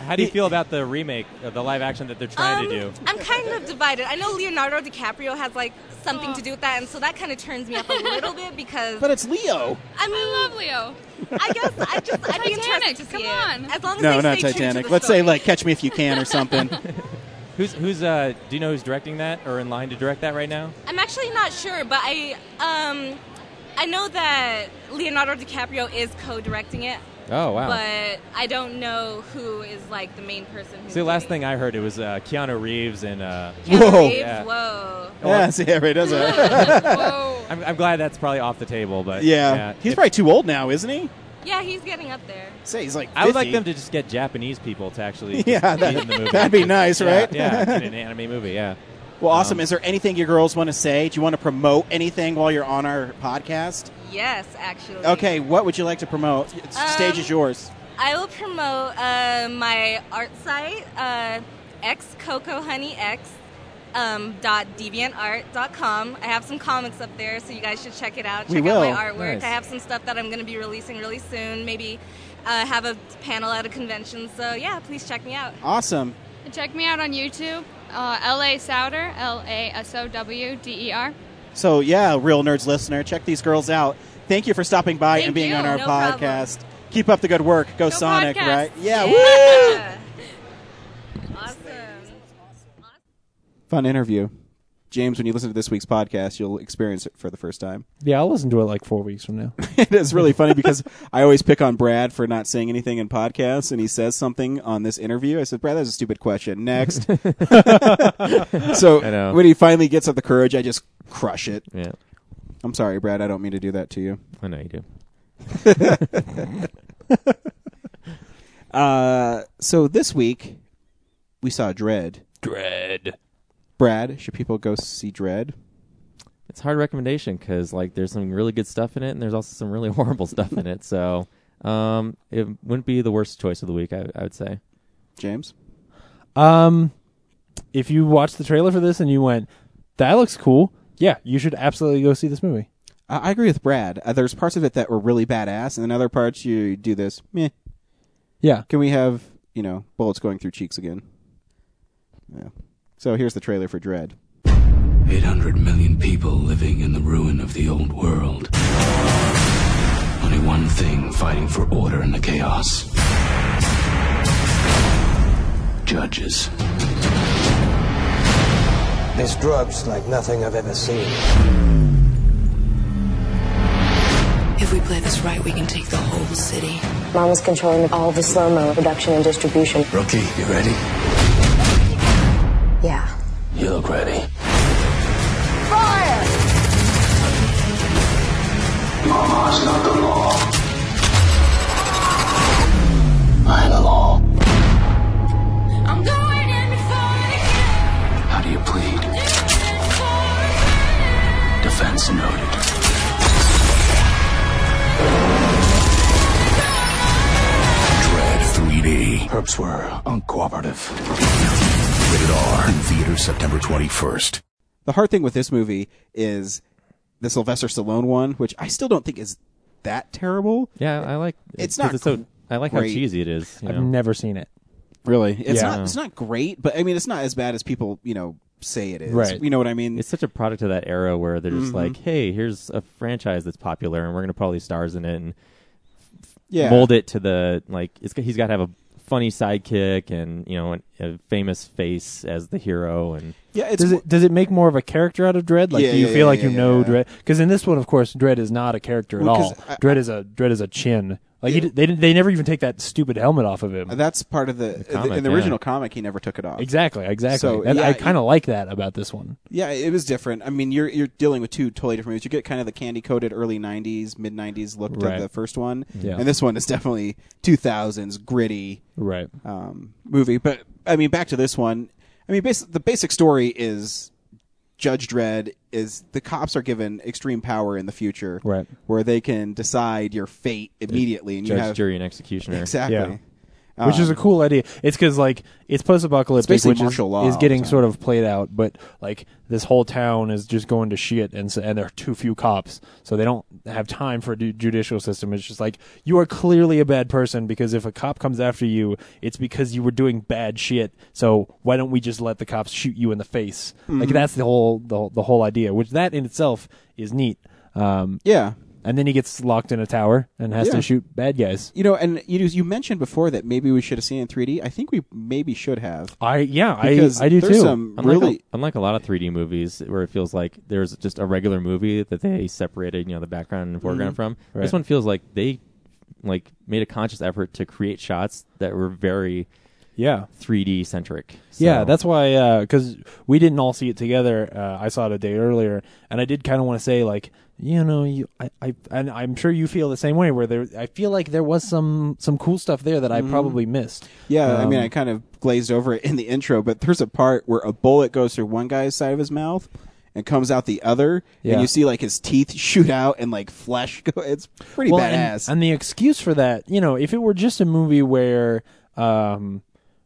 Speaker 11: How do you feel about the remake, uh, the live action that they're trying to do?
Speaker 12: i'm kind of divided i know leonardo dicaprio has like something to do with that and so that kind of turns me up a little bit because
Speaker 8: But it's Leo.
Speaker 12: i mean i love leo i guess i just i'd be interested to see come on as long as
Speaker 8: No,
Speaker 12: they
Speaker 8: not
Speaker 12: stay true to
Speaker 8: Titanic.
Speaker 12: the
Speaker 8: Let's say
Speaker 12: story.
Speaker 8: like Catch Me If You Can or something.
Speaker 11: Who's who's uh? Do you know who's directing that or in line to direct that right now?
Speaker 12: I'm actually not sure, but I um, I know that Leonardo DiCaprio is co-directing it.
Speaker 11: Oh, wow.
Speaker 12: But I don't know who is like the main person. Who's
Speaker 11: See, last thing I heard it was uh, Keanu Reeves and uh,
Speaker 12: Keanu Whoa. Reeves? Whoa.
Speaker 8: Yeah, see, everybody does that. Whoa.
Speaker 11: I'm, I'm glad that's probably off the table, but
Speaker 8: yeah. he's probably too old now, isn't he?
Speaker 12: Yeah, he's getting up there.
Speaker 8: Say he's like.
Speaker 11: I would like
Speaker 8: 50.
Speaker 11: them to just get Japanese people to actually just
Speaker 8: Yeah, that-
Speaker 11: be in the movie.
Speaker 8: that'd be nice,
Speaker 11: Yeah,
Speaker 8: right?
Speaker 11: Yeah, in an anime movie. Yeah.
Speaker 8: Well, awesome. Is there anything you girls want to say? Do you want to promote anything while you're on our podcast?
Speaker 12: Yes, actually. Um,
Speaker 8: Okay, what would you like to promote? Stage is yours.
Speaker 12: I will promote uh, my art site, uh, xcocohoneyx. Um, dot deviantart.com. I have some comics up there, so you guys should check it out.
Speaker 13: We
Speaker 12: check out
Speaker 13: will.
Speaker 12: my artwork.
Speaker 13: Nice.
Speaker 12: I have some stuff that I'm going to be releasing really soon. Maybe uh, have a panel at a convention. So yeah, please check me out.
Speaker 8: Awesome.
Speaker 14: And Check me out on YouTube, uh, L.A. Souder, L-A-S-O-W-D-E-R.
Speaker 13: So yeah, real nerds listener, check these girls out. Thank you for stopping by and being
Speaker 14: you.
Speaker 13: on our
Speaker 14: No problem.
Speaker 13: podcast. Keep up the good work. Go, Sonic,
Speaker 14: Podcast.
Speaker 13: right? Yeah.
Speaker 8: Fun interview. James, when you listen to this week's podcast, you'll experience it for the first time.
Speaker 9: Yeah, I'll listen to it like four weeks from now.
Speaker 8: it is really funny because I always pick on Brad for not saying anything in podcasts, and he says something on this interview. I said, Brad, that's a stupid question. Next.
Speaker 11: I
Speaker 8: so
Speaker 11: know.
Speaker 8: when he finally gets up the courage, I just crush it.
Speaker 11: Yeah.
Speaker 8: I'm sorry, Brad. I don't mean to do that to you.
Speaker 11: I know you do.
Speaker 8: uh, so this week, we saw Dread.
Speaker 9: Dread.
Speaker 8: Brad, should people go see Dread?
Speaker 11: It's a hard recommendation because like there's some really good stuff in it, and there's also some really horrible stuff in it. So um, it wouldn't be the worst choice of the week, I, I would say.
Speaker 8: James,
Speaker 9: Um, if you watched the trailer for this and you went, "That looks cool," yeah, you should absolutely go see this movie.
Speaker 8: I, I agree with Brad. Uh, there's parts of it that were really badass, and then other parts you do this. Meh.
Speaker 9: Yeah.
Speaker 8: Can we have you know bullets going through cheeks again? Yeah. So here's the trailer for Dread.
Speaker 15: 800 million people living in the ruin of the old world. Only one thing fighting for order in the chaos judges.
Speaker 16: There's drugs like nothing I've ever seen.
Speaker 17: If we play this right, we can take the whole city.
Speaker 18: Mom was controlling all the slow mo production and distribution.
Speaker 15: Rookie, you ready?
Speaker 18: Yeah.
Speaker 15: You look ready. Mama's not the law. I'm the law.
Speaker 17: I'm going in for
Speaker 15: How do you plead? Defense noted. Dread 3D. Perps were uncooperative. Rated R. In theaters September 21st.
Speaker 8: The hard thing with this movie is the Sylvester Stallone one, which I still don't think is that terrible.
Speaker 11: Yeah, I like.
Speaker 8: It's
Speaker 11: 'cause
Speaker 8: not
Speaker 11: It's so, I like how
Speaker 8: great.
Speaker 11: cheesy it is. you
Speaker 9: I've
Speaker 11: know?
Speaker 9: never seen it.
Speaker 8: Really? It's
Speaker 11: Yeah.
Speaker 8: not. It's not great, but I mean, it's not as bad as people you know say it is.
Speaker 11: Right.
Speaker 8: You know what I mean?
Speaker 11: It's such a product of that era where they're just
Speaker 8: Mhm.
Speaker 11: like, hey, here's a franchise that's popular and we're going to probably stars in it and
Speaker 8: Yeah.
Speaker 11: mold it to the, like, it's, he's got to have a funny sidekick and, you know, an, a famous face as the hero. And
Speaker 8: Yeah, it's
Speaker 9: does it does it make more of a character out of Dread? Like,
Speaker 11: Yeah,
Speaker 9: do you
Speaker 11: yeah,
Speaker 9: feel
Speaker 11: yeah,
Speaker 9: like
Speaker 11: yeah,
Speaker 9: you
Speaker 11: yeah,
Speaker 9: know Dread? Because in this one, of course, Dread is not a character
Speaker 8: Well,
Speaker 9: at
Speaker 8: 'cause
Speaker 9: all. Dread is a Dread is a chin. Like he,
Speaker 8: Yeah.
Speaker 9: d- they didn't- they never even take that stupid helmet off of him.
Speaker 8: Uh, That's part of the,
Speaker 9: comic,
Speaker 8: in the
Speaker 9: yeah.
Speaker 8: original comic. He never took it off.
Speaker 9: Exactly, exactly.
Speaker 8: So,
Speaker 9: That-
Speaker 8: yeah,
Speaker 9: I kind of like that about this one.
Speaker 8: Yeah, it was different. I mean, you're you're dealing with two totally different movies. You get kind of the candy coated early '90s, mid '90s look to
Speaker 9: Right.
Speaker 8: the first one,
Speaker 9: Yeah.
Speaker 8: and this one is definitely 2000s gritty,
Speaker 9: Right.
Speaker 8: Um, movie, but I mean, back to this one. I mean, bas- the basic story is Judge Dredd is the cops are given extreme power in the future,
Speaker 9: Right.
Speaker 8: Where they can decide your fate immediately, and you
Speaker 11: Judge,
Speaker 8: have
Speaker 11: jury, and executioner.
Speaker 8: exactly.
Speaker 9: Yeah. Which is a
Speaker 8: Um,
Speaker 9: cool idea. It's because like
Speaker 8: It's
Speaker 9: it's post-apocalyptic,
Speaker 8: basically
Speaker 9: which is,
Speaker 8: martial law
Speaker 9: is
Speaker 8: all
Speaker 9: getting
Speaker 8: the time.
Speaker 9: sort of played out, but like this whole town is just going to shit, and so, and there are too few cops, so they don't have time for a ju- judicial system. It's just like you are clearly a bad person because if a cop comes after you, it's because you were doing bad shit. So why don't we just let the cops shoot you in the face? Like
Speaker 8: Mhm.
Speaker 9: that's the whole the, whole- the whole idea, which that in itself is neat. Um,
Speaker 8: yeah.
Speaker 9: And then he gets locked in a tower and has
Speaker 8: Yeah.
Speaker 9: to shoot bad guys.
Speaker 8: You know, and you you mentioned before that maybe we should have seen it in 3D. I think we maybe should have.
Speaker 9: I yeah, I-
Speaker 8: Because
Speaker 9: I do
Speaker 8: there's
Speaker 9: too.
Speaker 8: Some
Speaker 11: unlike
Speaker 8: really,
Speaker 11: a, unlike a lot of 3D movies where it feels like there's just a regular movie that they separated, you know, the background and foreground
Speaker 8: Mhm.
Speaker 11: from.
Speaker 8: Right.
Speaker 11: This one feels like they like made a conscious effort to create shots that were very
Speaker 9: yeah
Speaker 11: 3D centric.
Speaker 9: Yeah, that's why because we didn't all see it together. Uh, I saw it a day earlier, and I did kind of want to say like, you know, you I, I and I'm sure you feel the same way. Where there, I feel like there was some some cool stuff there that I probably missed.
Speaker 8: Mm-hmm. yeah. I mean,
Speaker 9: Um,
Speaker 8: I kind of glazed over it in the intro, but there's a part where a bullet goes through one guy's side of his mouth, and comes out the other,
Speaker 9: Yeah.
Speaker 8: and you see like his teeth shoot out and like flesh go. It's pretty
Speaker 9: Well, and-
Speaker 8: badass.
Speaker 9: And, the excuse for that, you know, if it were just a movie where, um,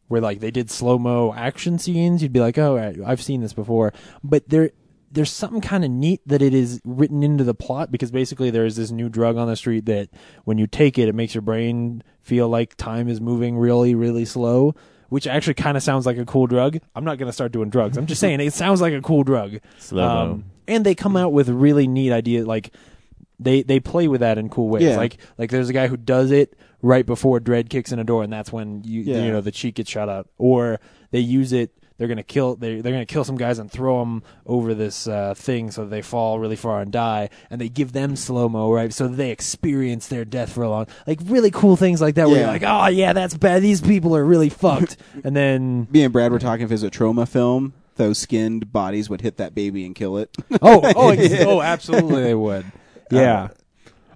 Speaker 9: where like they did slow mo action scenes, you'd be like, oh, I- I've seen this before. But there, there's something kind of neat that it is written into the plot because basically there's this new drug on the street that when you take it, it makes your brain feel like time is moving really, really slow. Which actually kind of sounds like a cool drug. I'm not going to start doing drugs. I'm just saying it sounds like a cool drug. Um,
Speaker 11: Slow-mo.
Speaker 9: and they come out with really neat ideas. Like they they play with that in cool ways.
Speaker 8: Yeah.
Speaker 9: Like like there's a guy who does it right before Dread kicks in a door, and that's when you
Speaker 8: Yeah.
Speaker 9: you know the cheek gets shot out. Or they use it. They're gonna kill. They they're gonna kill some guys and throw them over this uh, thing so that they fall really far and die. And they give them slow mo right so that they experience their death for a long. Like really cool things like that. Where you're
Speaker 8: Yeah.
Speaker 9: like, oh yeah, that's bad. These people are really fucked. and then
Speaker 8: me and Brad were talking if it was a trauma film, those skinned bodies would hit that baby and kill it.
Speaker 9: Oh, oh, ex- oh, absolutely they would. Yeah.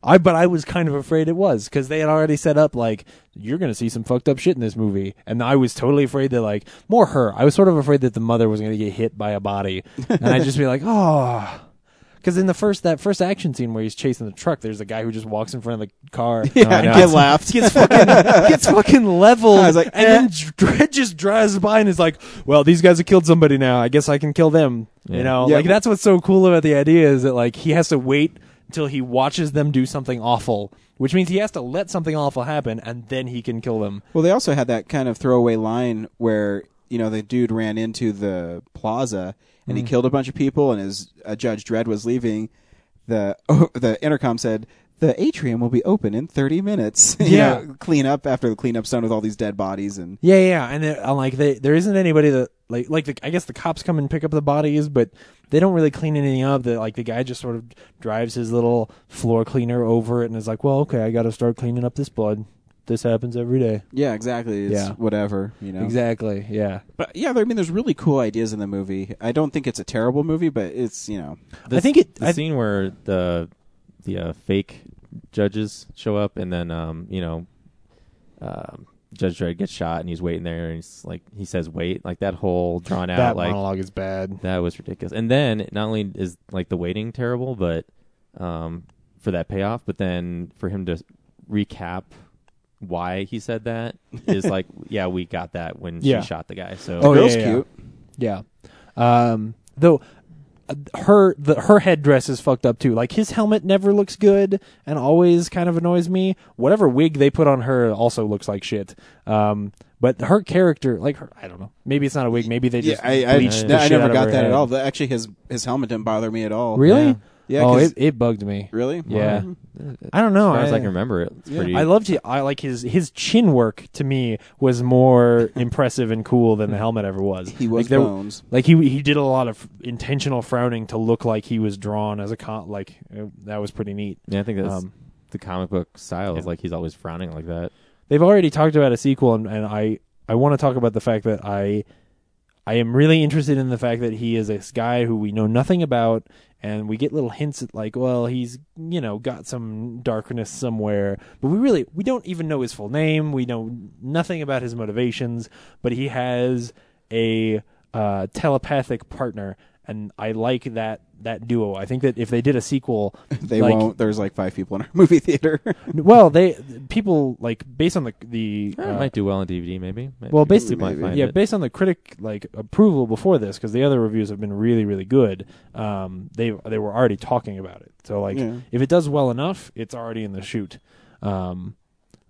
Speaker 9: I but I was kind of afraid it was because they had already set up like you're gonna see some fucked up shit in this movie, and I was totally afraid that like more her. I was sort of afraid that the mother was gonna get hit by a body, and I'd just be like, oh, because in the first that first action scene where he's chasing the truck, there's a guy who just walks in front of the car,
Speaker 8: Yeah, I
Speaker 9: and
Speaker 8: know.
Speaker 9: gets
Speaker 8: laughed.
Speaker 9: gets fucking gets fucking leveled.
Speaker 8: I was like,
Speaker 9: and
Speaker 8: eh.
Speaker 9: then Dredd just drives by and is like, well, these guys have killed somebody now. I guess I can kill them.
Speaker 11: Yeah.
Speaker 9: You know,
Speaker 11: Yeah.
Speaker 9: like that's what's so cool about the idea is that like he has to wait until he watches them do something awful, which means he has to let something awful happen and then he can kill them.
Speaker 8: Well, they also had that kind of throwaway line where you know the dude ran into the plaza and
Speaker 9: Mhm.
Speaker 8: he killed a bunch of people, and as uh, Judge Dredd was leaving, the oh, the intercom said. The atrium will be open in 30 minutes. You
Speaker 9: Yeah.
Speaker 8: know, clean up after the cleanup zone with all these dead bodies and
Speaker 9: Yeah, yeah, and it, I'm like, they, there isn't anybody that like, like the, I guess the cops come and pick up the bodies, but they don't really clean anything up. That like the guy just sort of drives his little floor cleaner over it and is like, well, okay, I got to start cleaning up this blood. This happens every day.
Speaker 8: Yeah, exactly. It's
Speaker 9: Yeah.
Speaker 8: whatever, you know.
Speaker 9: Exactly, yeah.
Speaker 8: But yeah, there- I mean there's really cool ideas in the movie. I don't think it's a terrible movie, but it's, you know.
Speaker 11: The- the scene where the the uh, fake judges show up and then um you know um Judge Dredd gets shot and he's waiting there and he's like he says wait like that whole drawn out
Speaker 9: That
Speaker 11: like
Speaker 9: monologue is bad.
Speaker 11: That was ridiculous. And then not only is like the waiting terrible, but um for that payoff, but then for him to recap why he said that is like yeah we got that when
Speaker 9: Yeah.
Speaker 11: she shot the guy. So
Speaker 9: Oh, yeah, yeah, Yeah. Yeah. Um, though uh, her the her headdress is fucked up too. Like his helmet never looks good and always kind of annoys me. Whatever wig they put on her also looks like shit. Um, but her character, like her, I don't know. Maybe it's not a wig. Maybe they
Speaker 8: Yeah,
Speaker 9: just
Speaker 8: I I,
Speaker 9: bleached the
Speaker 8: I
Speaker 9: shit out
Speaker 8: never
Speaker 9: of
Speaker 8: got
Speaker 9: her
Speaker 8: that at
Speaker 9: head.
Speaker 8: all. But actually his his helmet didn't bother me at all.
Speaker 9: Really?
Speaker 8: Yeah. Yeah,
Speaker 9: oh,
Speaker 8: 'cause-
Speaker 9: it, it bugged me.
Speaker 8: Really?
Speaker 9: Yeah.
Speaker 8: Wow.
Speaker 9: I don't know.
Speaker 11: As far as I can remember it, it's pretty-
Speaker 9: I loved it. I like his his chin work to me was more impressive and cool than the helmet ever was. He
Speaker 8: was
Speaker 9: like, there-
Speaker 8: bones.
Speaker 9: Like he he did a lot of intentional frowning to look like he was drawn as a con. Like uh, that was pretty neat.
Speaker 11: Yeah, I think that's
Speaker 9: Um,
Speaker 11: the comic book style. Is like he's always frowning like that.
Speaker 9: they've already talked about a sequel, and, and I I want to talk about the fact that I I am really interested in the fact that he is this guy who we know nothing about, and we get little hints at like, well, he's you know got some darkness somewhere, but we really we don't even know his full name. We know nothing about his motivations, but he has a uh, telepathic partner. And I like that that duo. I think that if they did a sequel,
Speaker 8: They
Speaker 9: like-
Speaker 8: won't. There's like five people in our movie theater.
Speaker 9: well, they people like based on the the
Speaker 11: Eh, it
Speaker 9: uh,
Speaker 11: might do well on DVD, maybe. Maybe
Speaker 9: well, based
Speaker 11: people might find
Speaker 9: yeah,
Speaker 11: it.
Speaker 9: based on the critic like approval before this, because the other reviews have been really, really good. Um, they they were already talking about it, so like
Speaker 11: Yeah.
Speaker 9: if it does well enough, it's already in the shoot. Um,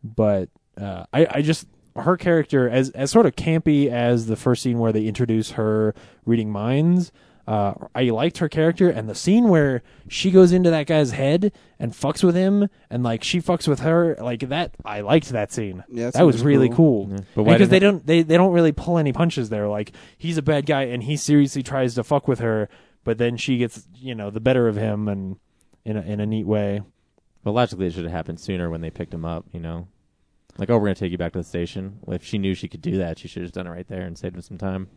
Speaker 9: but uh, I I just her character as as sort of campy as the first scene where they introduce her reading minds. Uh, I liked her character and the scene where she goes into that guy's head and fucks with him and like she fucks with her like that. I liked that scene.
Speaker 11: Yeah, that
Speaker 9: that
Speaker 11: scene
Speaker 9: was
Speaker 11: was
Speaker 9: really
Speaker 11: cool.
Speaker 9: cool.
Speaker 11: Yeah. But
Speaker 9: But
Speaker 11: why didn't
Speaker 9: because they
Speaker 11: it-
Speaker 9: don't they, they don't really pull any punches there. Like he's a bad guy and he seriously tries to fuck with her, but then she gets you know the better of him and in a, in a neat way.
Speaker 11: But logically, it should have happened sooner when they picked him up. You know, like oh, we're gonna take you back to the station. Well, If she knew she could do that, she should have done it right there and saved him some time.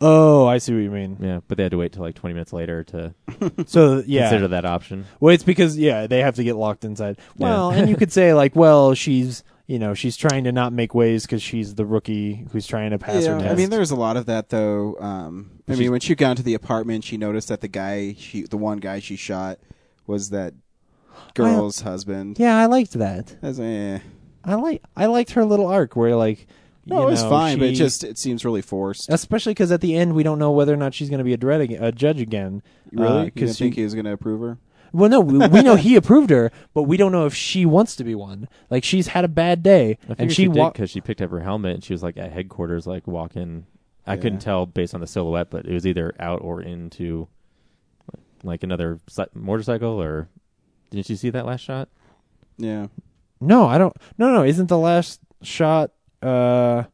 Speaker 9: Oh, I see what you mean.
Speaker 11: Yeah, but they had to wait till like twenty minutes later to
Speaker 9: So yeah,
Speaker 11: consider that option.
Speaker 9: Well, it's because yeah they have to get locked inside.
Speaker 11: Yeah.
Speaker 9: Well, and you could say like, well, she's you know, she's trying to not make waves because she's the rookie who's trying to pass her
Speaker 8: Yeah,
Speaker 9: test.
Speaker 8: I mean, there's a lot of that though. Um, I
Speaker 9: She's-
Speaker 8: mean, when she got into the apartment, she noticed that the guy, she, the one guy she shot, was that girl's husband.
Speaker 9: yeah, I liked that.
Speaker 8: That's, eh.
Speaker 9: I like I liked her little arc where like
Speaker 8: No,
Speaker 9: you
Speaker 8: it was
Speaker 9: know,
Speaker 8: fine, but it
Speaker 9: she-
Speaker 8: just it seems really forced.
Speaker 9: especially because at the end we don't know whether or not she's going to be a, dread ag- a judge again.
Speaker 8: Really, Uh, you
Speaker 9: Because
Speaker 8: didn't think he was going to approve her?
Speaker 9: Well, no, we, we know he approved her, but we don't know if she wants to be one. Like she's had a bad day,
Speaker 11: I think
Speaker 9: and
Speaker 11: she,
Speaker 9: she wa-
Speaker 11: because she picked up her helmet and she was like at headquarters, like walking. I
Speaker 9: Yeah.
Speaker 11: couldn't tell based on the silhouette, but it was either out or into like another si- motorcycle. Or didn't you see that last shot?
Speaker 8: Yeah.
Speaker 9: No, I don't. No, no, isn't the last shot uh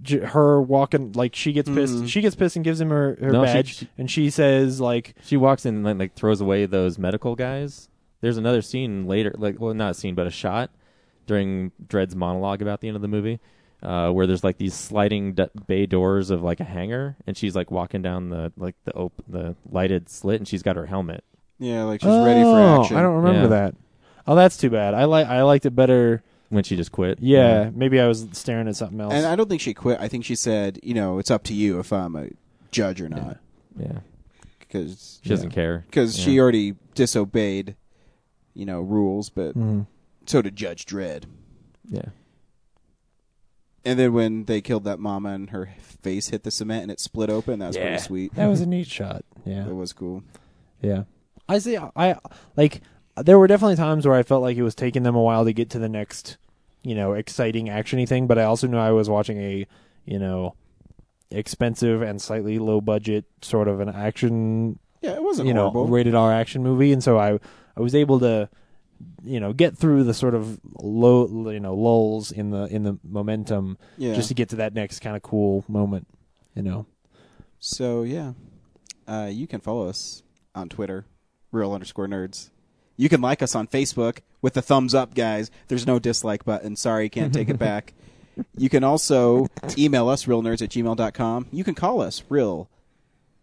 Speaker 9: j- her walking like she gets pissed.
Speaker 11: Mm.
Speaker 9: She gets pissed and gives him her, her
Speaker 11: No, she-
Speaker 9: badge
Speaker 11: she-
Speaker 9: and she says like
Speaker 11: She walks in and like, like throws away those medical guys. There's another scene later, like well, not a scene, but a shot during Dred's monologue about the end of the movie, uh, where there's like these sliding d- bay doors of like a hangar, and she's like walking down the like the op- the lighted slit, and she's got her helmet.
Speaker 8: Yeah, like she's ready for
Speaker 9: "Oh,
Speaker 8: action.
Speaker 9: I don't remember
Speaker 11: Yeah.
Speaker 9: that. Oh, that's too bad. I like I liked it better
Speaker 11: when she just quit.
Speaker 9: Yeah,
Speaker 11: Yeah.
Speaker 9: maybe I was staring at something else.
Speaker 8: And I don't think she quit. I think she said, you know, it's up to you if I'm a judge or not.
Speaker 11: Yeah.
Speaker 8: Because
Speaker 11: She doesn't care.
Speaker 8: Because she
Speaker 11: Yeah.
Speaker 8: already disobeyed, you know, rules, but
Speaker 9: Mm-hmm.
Speaker 11: Mhm.
Speaker 8: so did Judge Dredd.
Speaker 11: Yeah.
Speaker 8: And then when they killed that mama and her face hit the cement and it split open, that was
Speaker 9: Yeah.
Speaker 8: pretty sweet.
Speaker 9: That was a neat shot. Yeah.
Speaker 8: That was cool.
Speaker 9: Yeah. I see. I like. There were definitely times where I felt like it was taking them a while to get to the next, you know, exciting actiony thing. But I also knew I was watching a, you know, expensive and slightly low budget sort of an action.
Speaker 8: Yeah, it wasn't
Speaker 9: you know
Speaker 8: horrible.
Speaker 9: rated R action movie, and so I I was able to, you know, get through the sort of low you know lulls in the in the momentum
Speaker 8: Yeah.
Speaker 9: just to get to that next kind of cool moment. You know.
Speaker 8: So yeah, uh, you can follow us on Twitter, real underscore nerds. You can like us on Facebook with the thumbs up, guys. There's no dislike button. Sorry, can't take it back. You can also email us, realnerds at gmail.com. You can call us, real.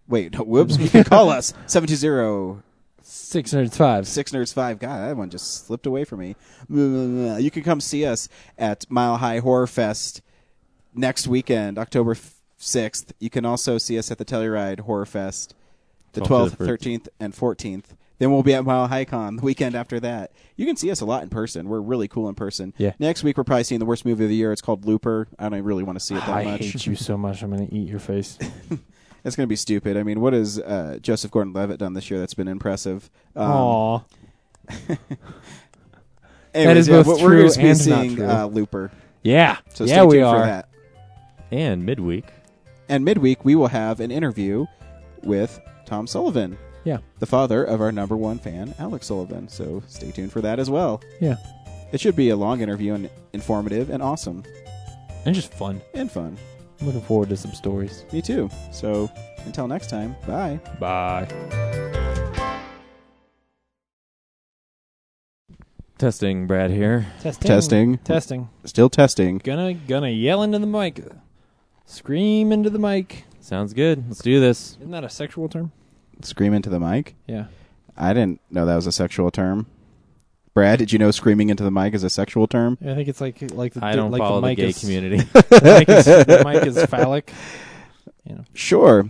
Speaker 8: Wait, no, whoops. You can call us, 720
Speaker 9: Six Nerds 5.
Speaker 8: Six Nerds 5. God, that one just slipped away from me. You can come see us at Mile High Horror Fest next weekend, October f- 6th. You can also see us at the Telluride Horror Fest the 12th,
Speaker 11: 12th,
Speaker 8: 13th, and 14th. Then we'll be at Mile High Con the weekend after that. You can see us a lot in person. We're really cool in person.
Speaker 9: Yeah.
Speaker 8: Next week, we're probably seeing the worst movie of the year. It's called Looper. I don't really want to see it that
Speaker 9: I
Speaker 8: much.
Speaker 9: hate you so much. I'm gonna eat your face.
Speaker 8: It's going to be stupid. I mean, what has uh, Joseph Gordon-Levitt done this year that's been impressive? Um,
Speaker 9: Aw.
Speaker 8: Anyways,
Speaker 9: is
Speaker 8: yeah,
Speaker 9: both
Speaker 8: we're- we're
Speaker 9: true
Speaker 8: gonna be
Speaker 9: and not
Speaker 8: seeing,
Speaker 9: true.
Speaker 8: Uh, Looper.
Speaker 9: Yeah.
Speaker 8: So
Speaker 9: Yeah,
Speaker 8: stay
Speaker 9: we
Speaker 8: tuned for
Speaker 9: are.
Speaker 8: that.
Speaker 11: And midweek.
Speaker 8: And midweek, we will have an interview with Tom Sullivan.
Speaker 9: Yeah.
Speaker 8: The father of our number one fan, Alex Sullivan. So stay tuned for that as well.
Speaker 9: Yeah.
Speaker 8: It should be a long interview and informative and awesome
Speaker 9: and just fun
Speaker 8: and fun.
Speaker 9: I'm looking forward to some stories.
Speaker 8: Me too. So until next time, bye.
Speaker 9: Bye.
Speaker 11: Testing, Brad here.
Speaker 9: Testing.
Speaker 8: Testing.
Speaker 9: Testing.
Speaker 8: Still testing.
Speaker 9: Gonna gonna yell into the mic. Scream into the mic.
Speaker 11: Sounds good. Let's do this.
Speaker 9: Isn't that a sexual term?
Speaker 8: Scream into the mic.
Speaker 9: Yeah.
Speaker 8: I didn't know that was a sexual term. Brad, did you know screaming into the mic is a sexual term?
Speaker 9: I think it's like like the
Speaker 11: I don't
Speaker 9: like
Speaker 11: follow the
Speaker 9: the mic
Speaker 11: gay
Speaker 9: is,
Speaker 11: community.
Speaker 9: the mic is the mic is phallic.
Speaker 8: Sure.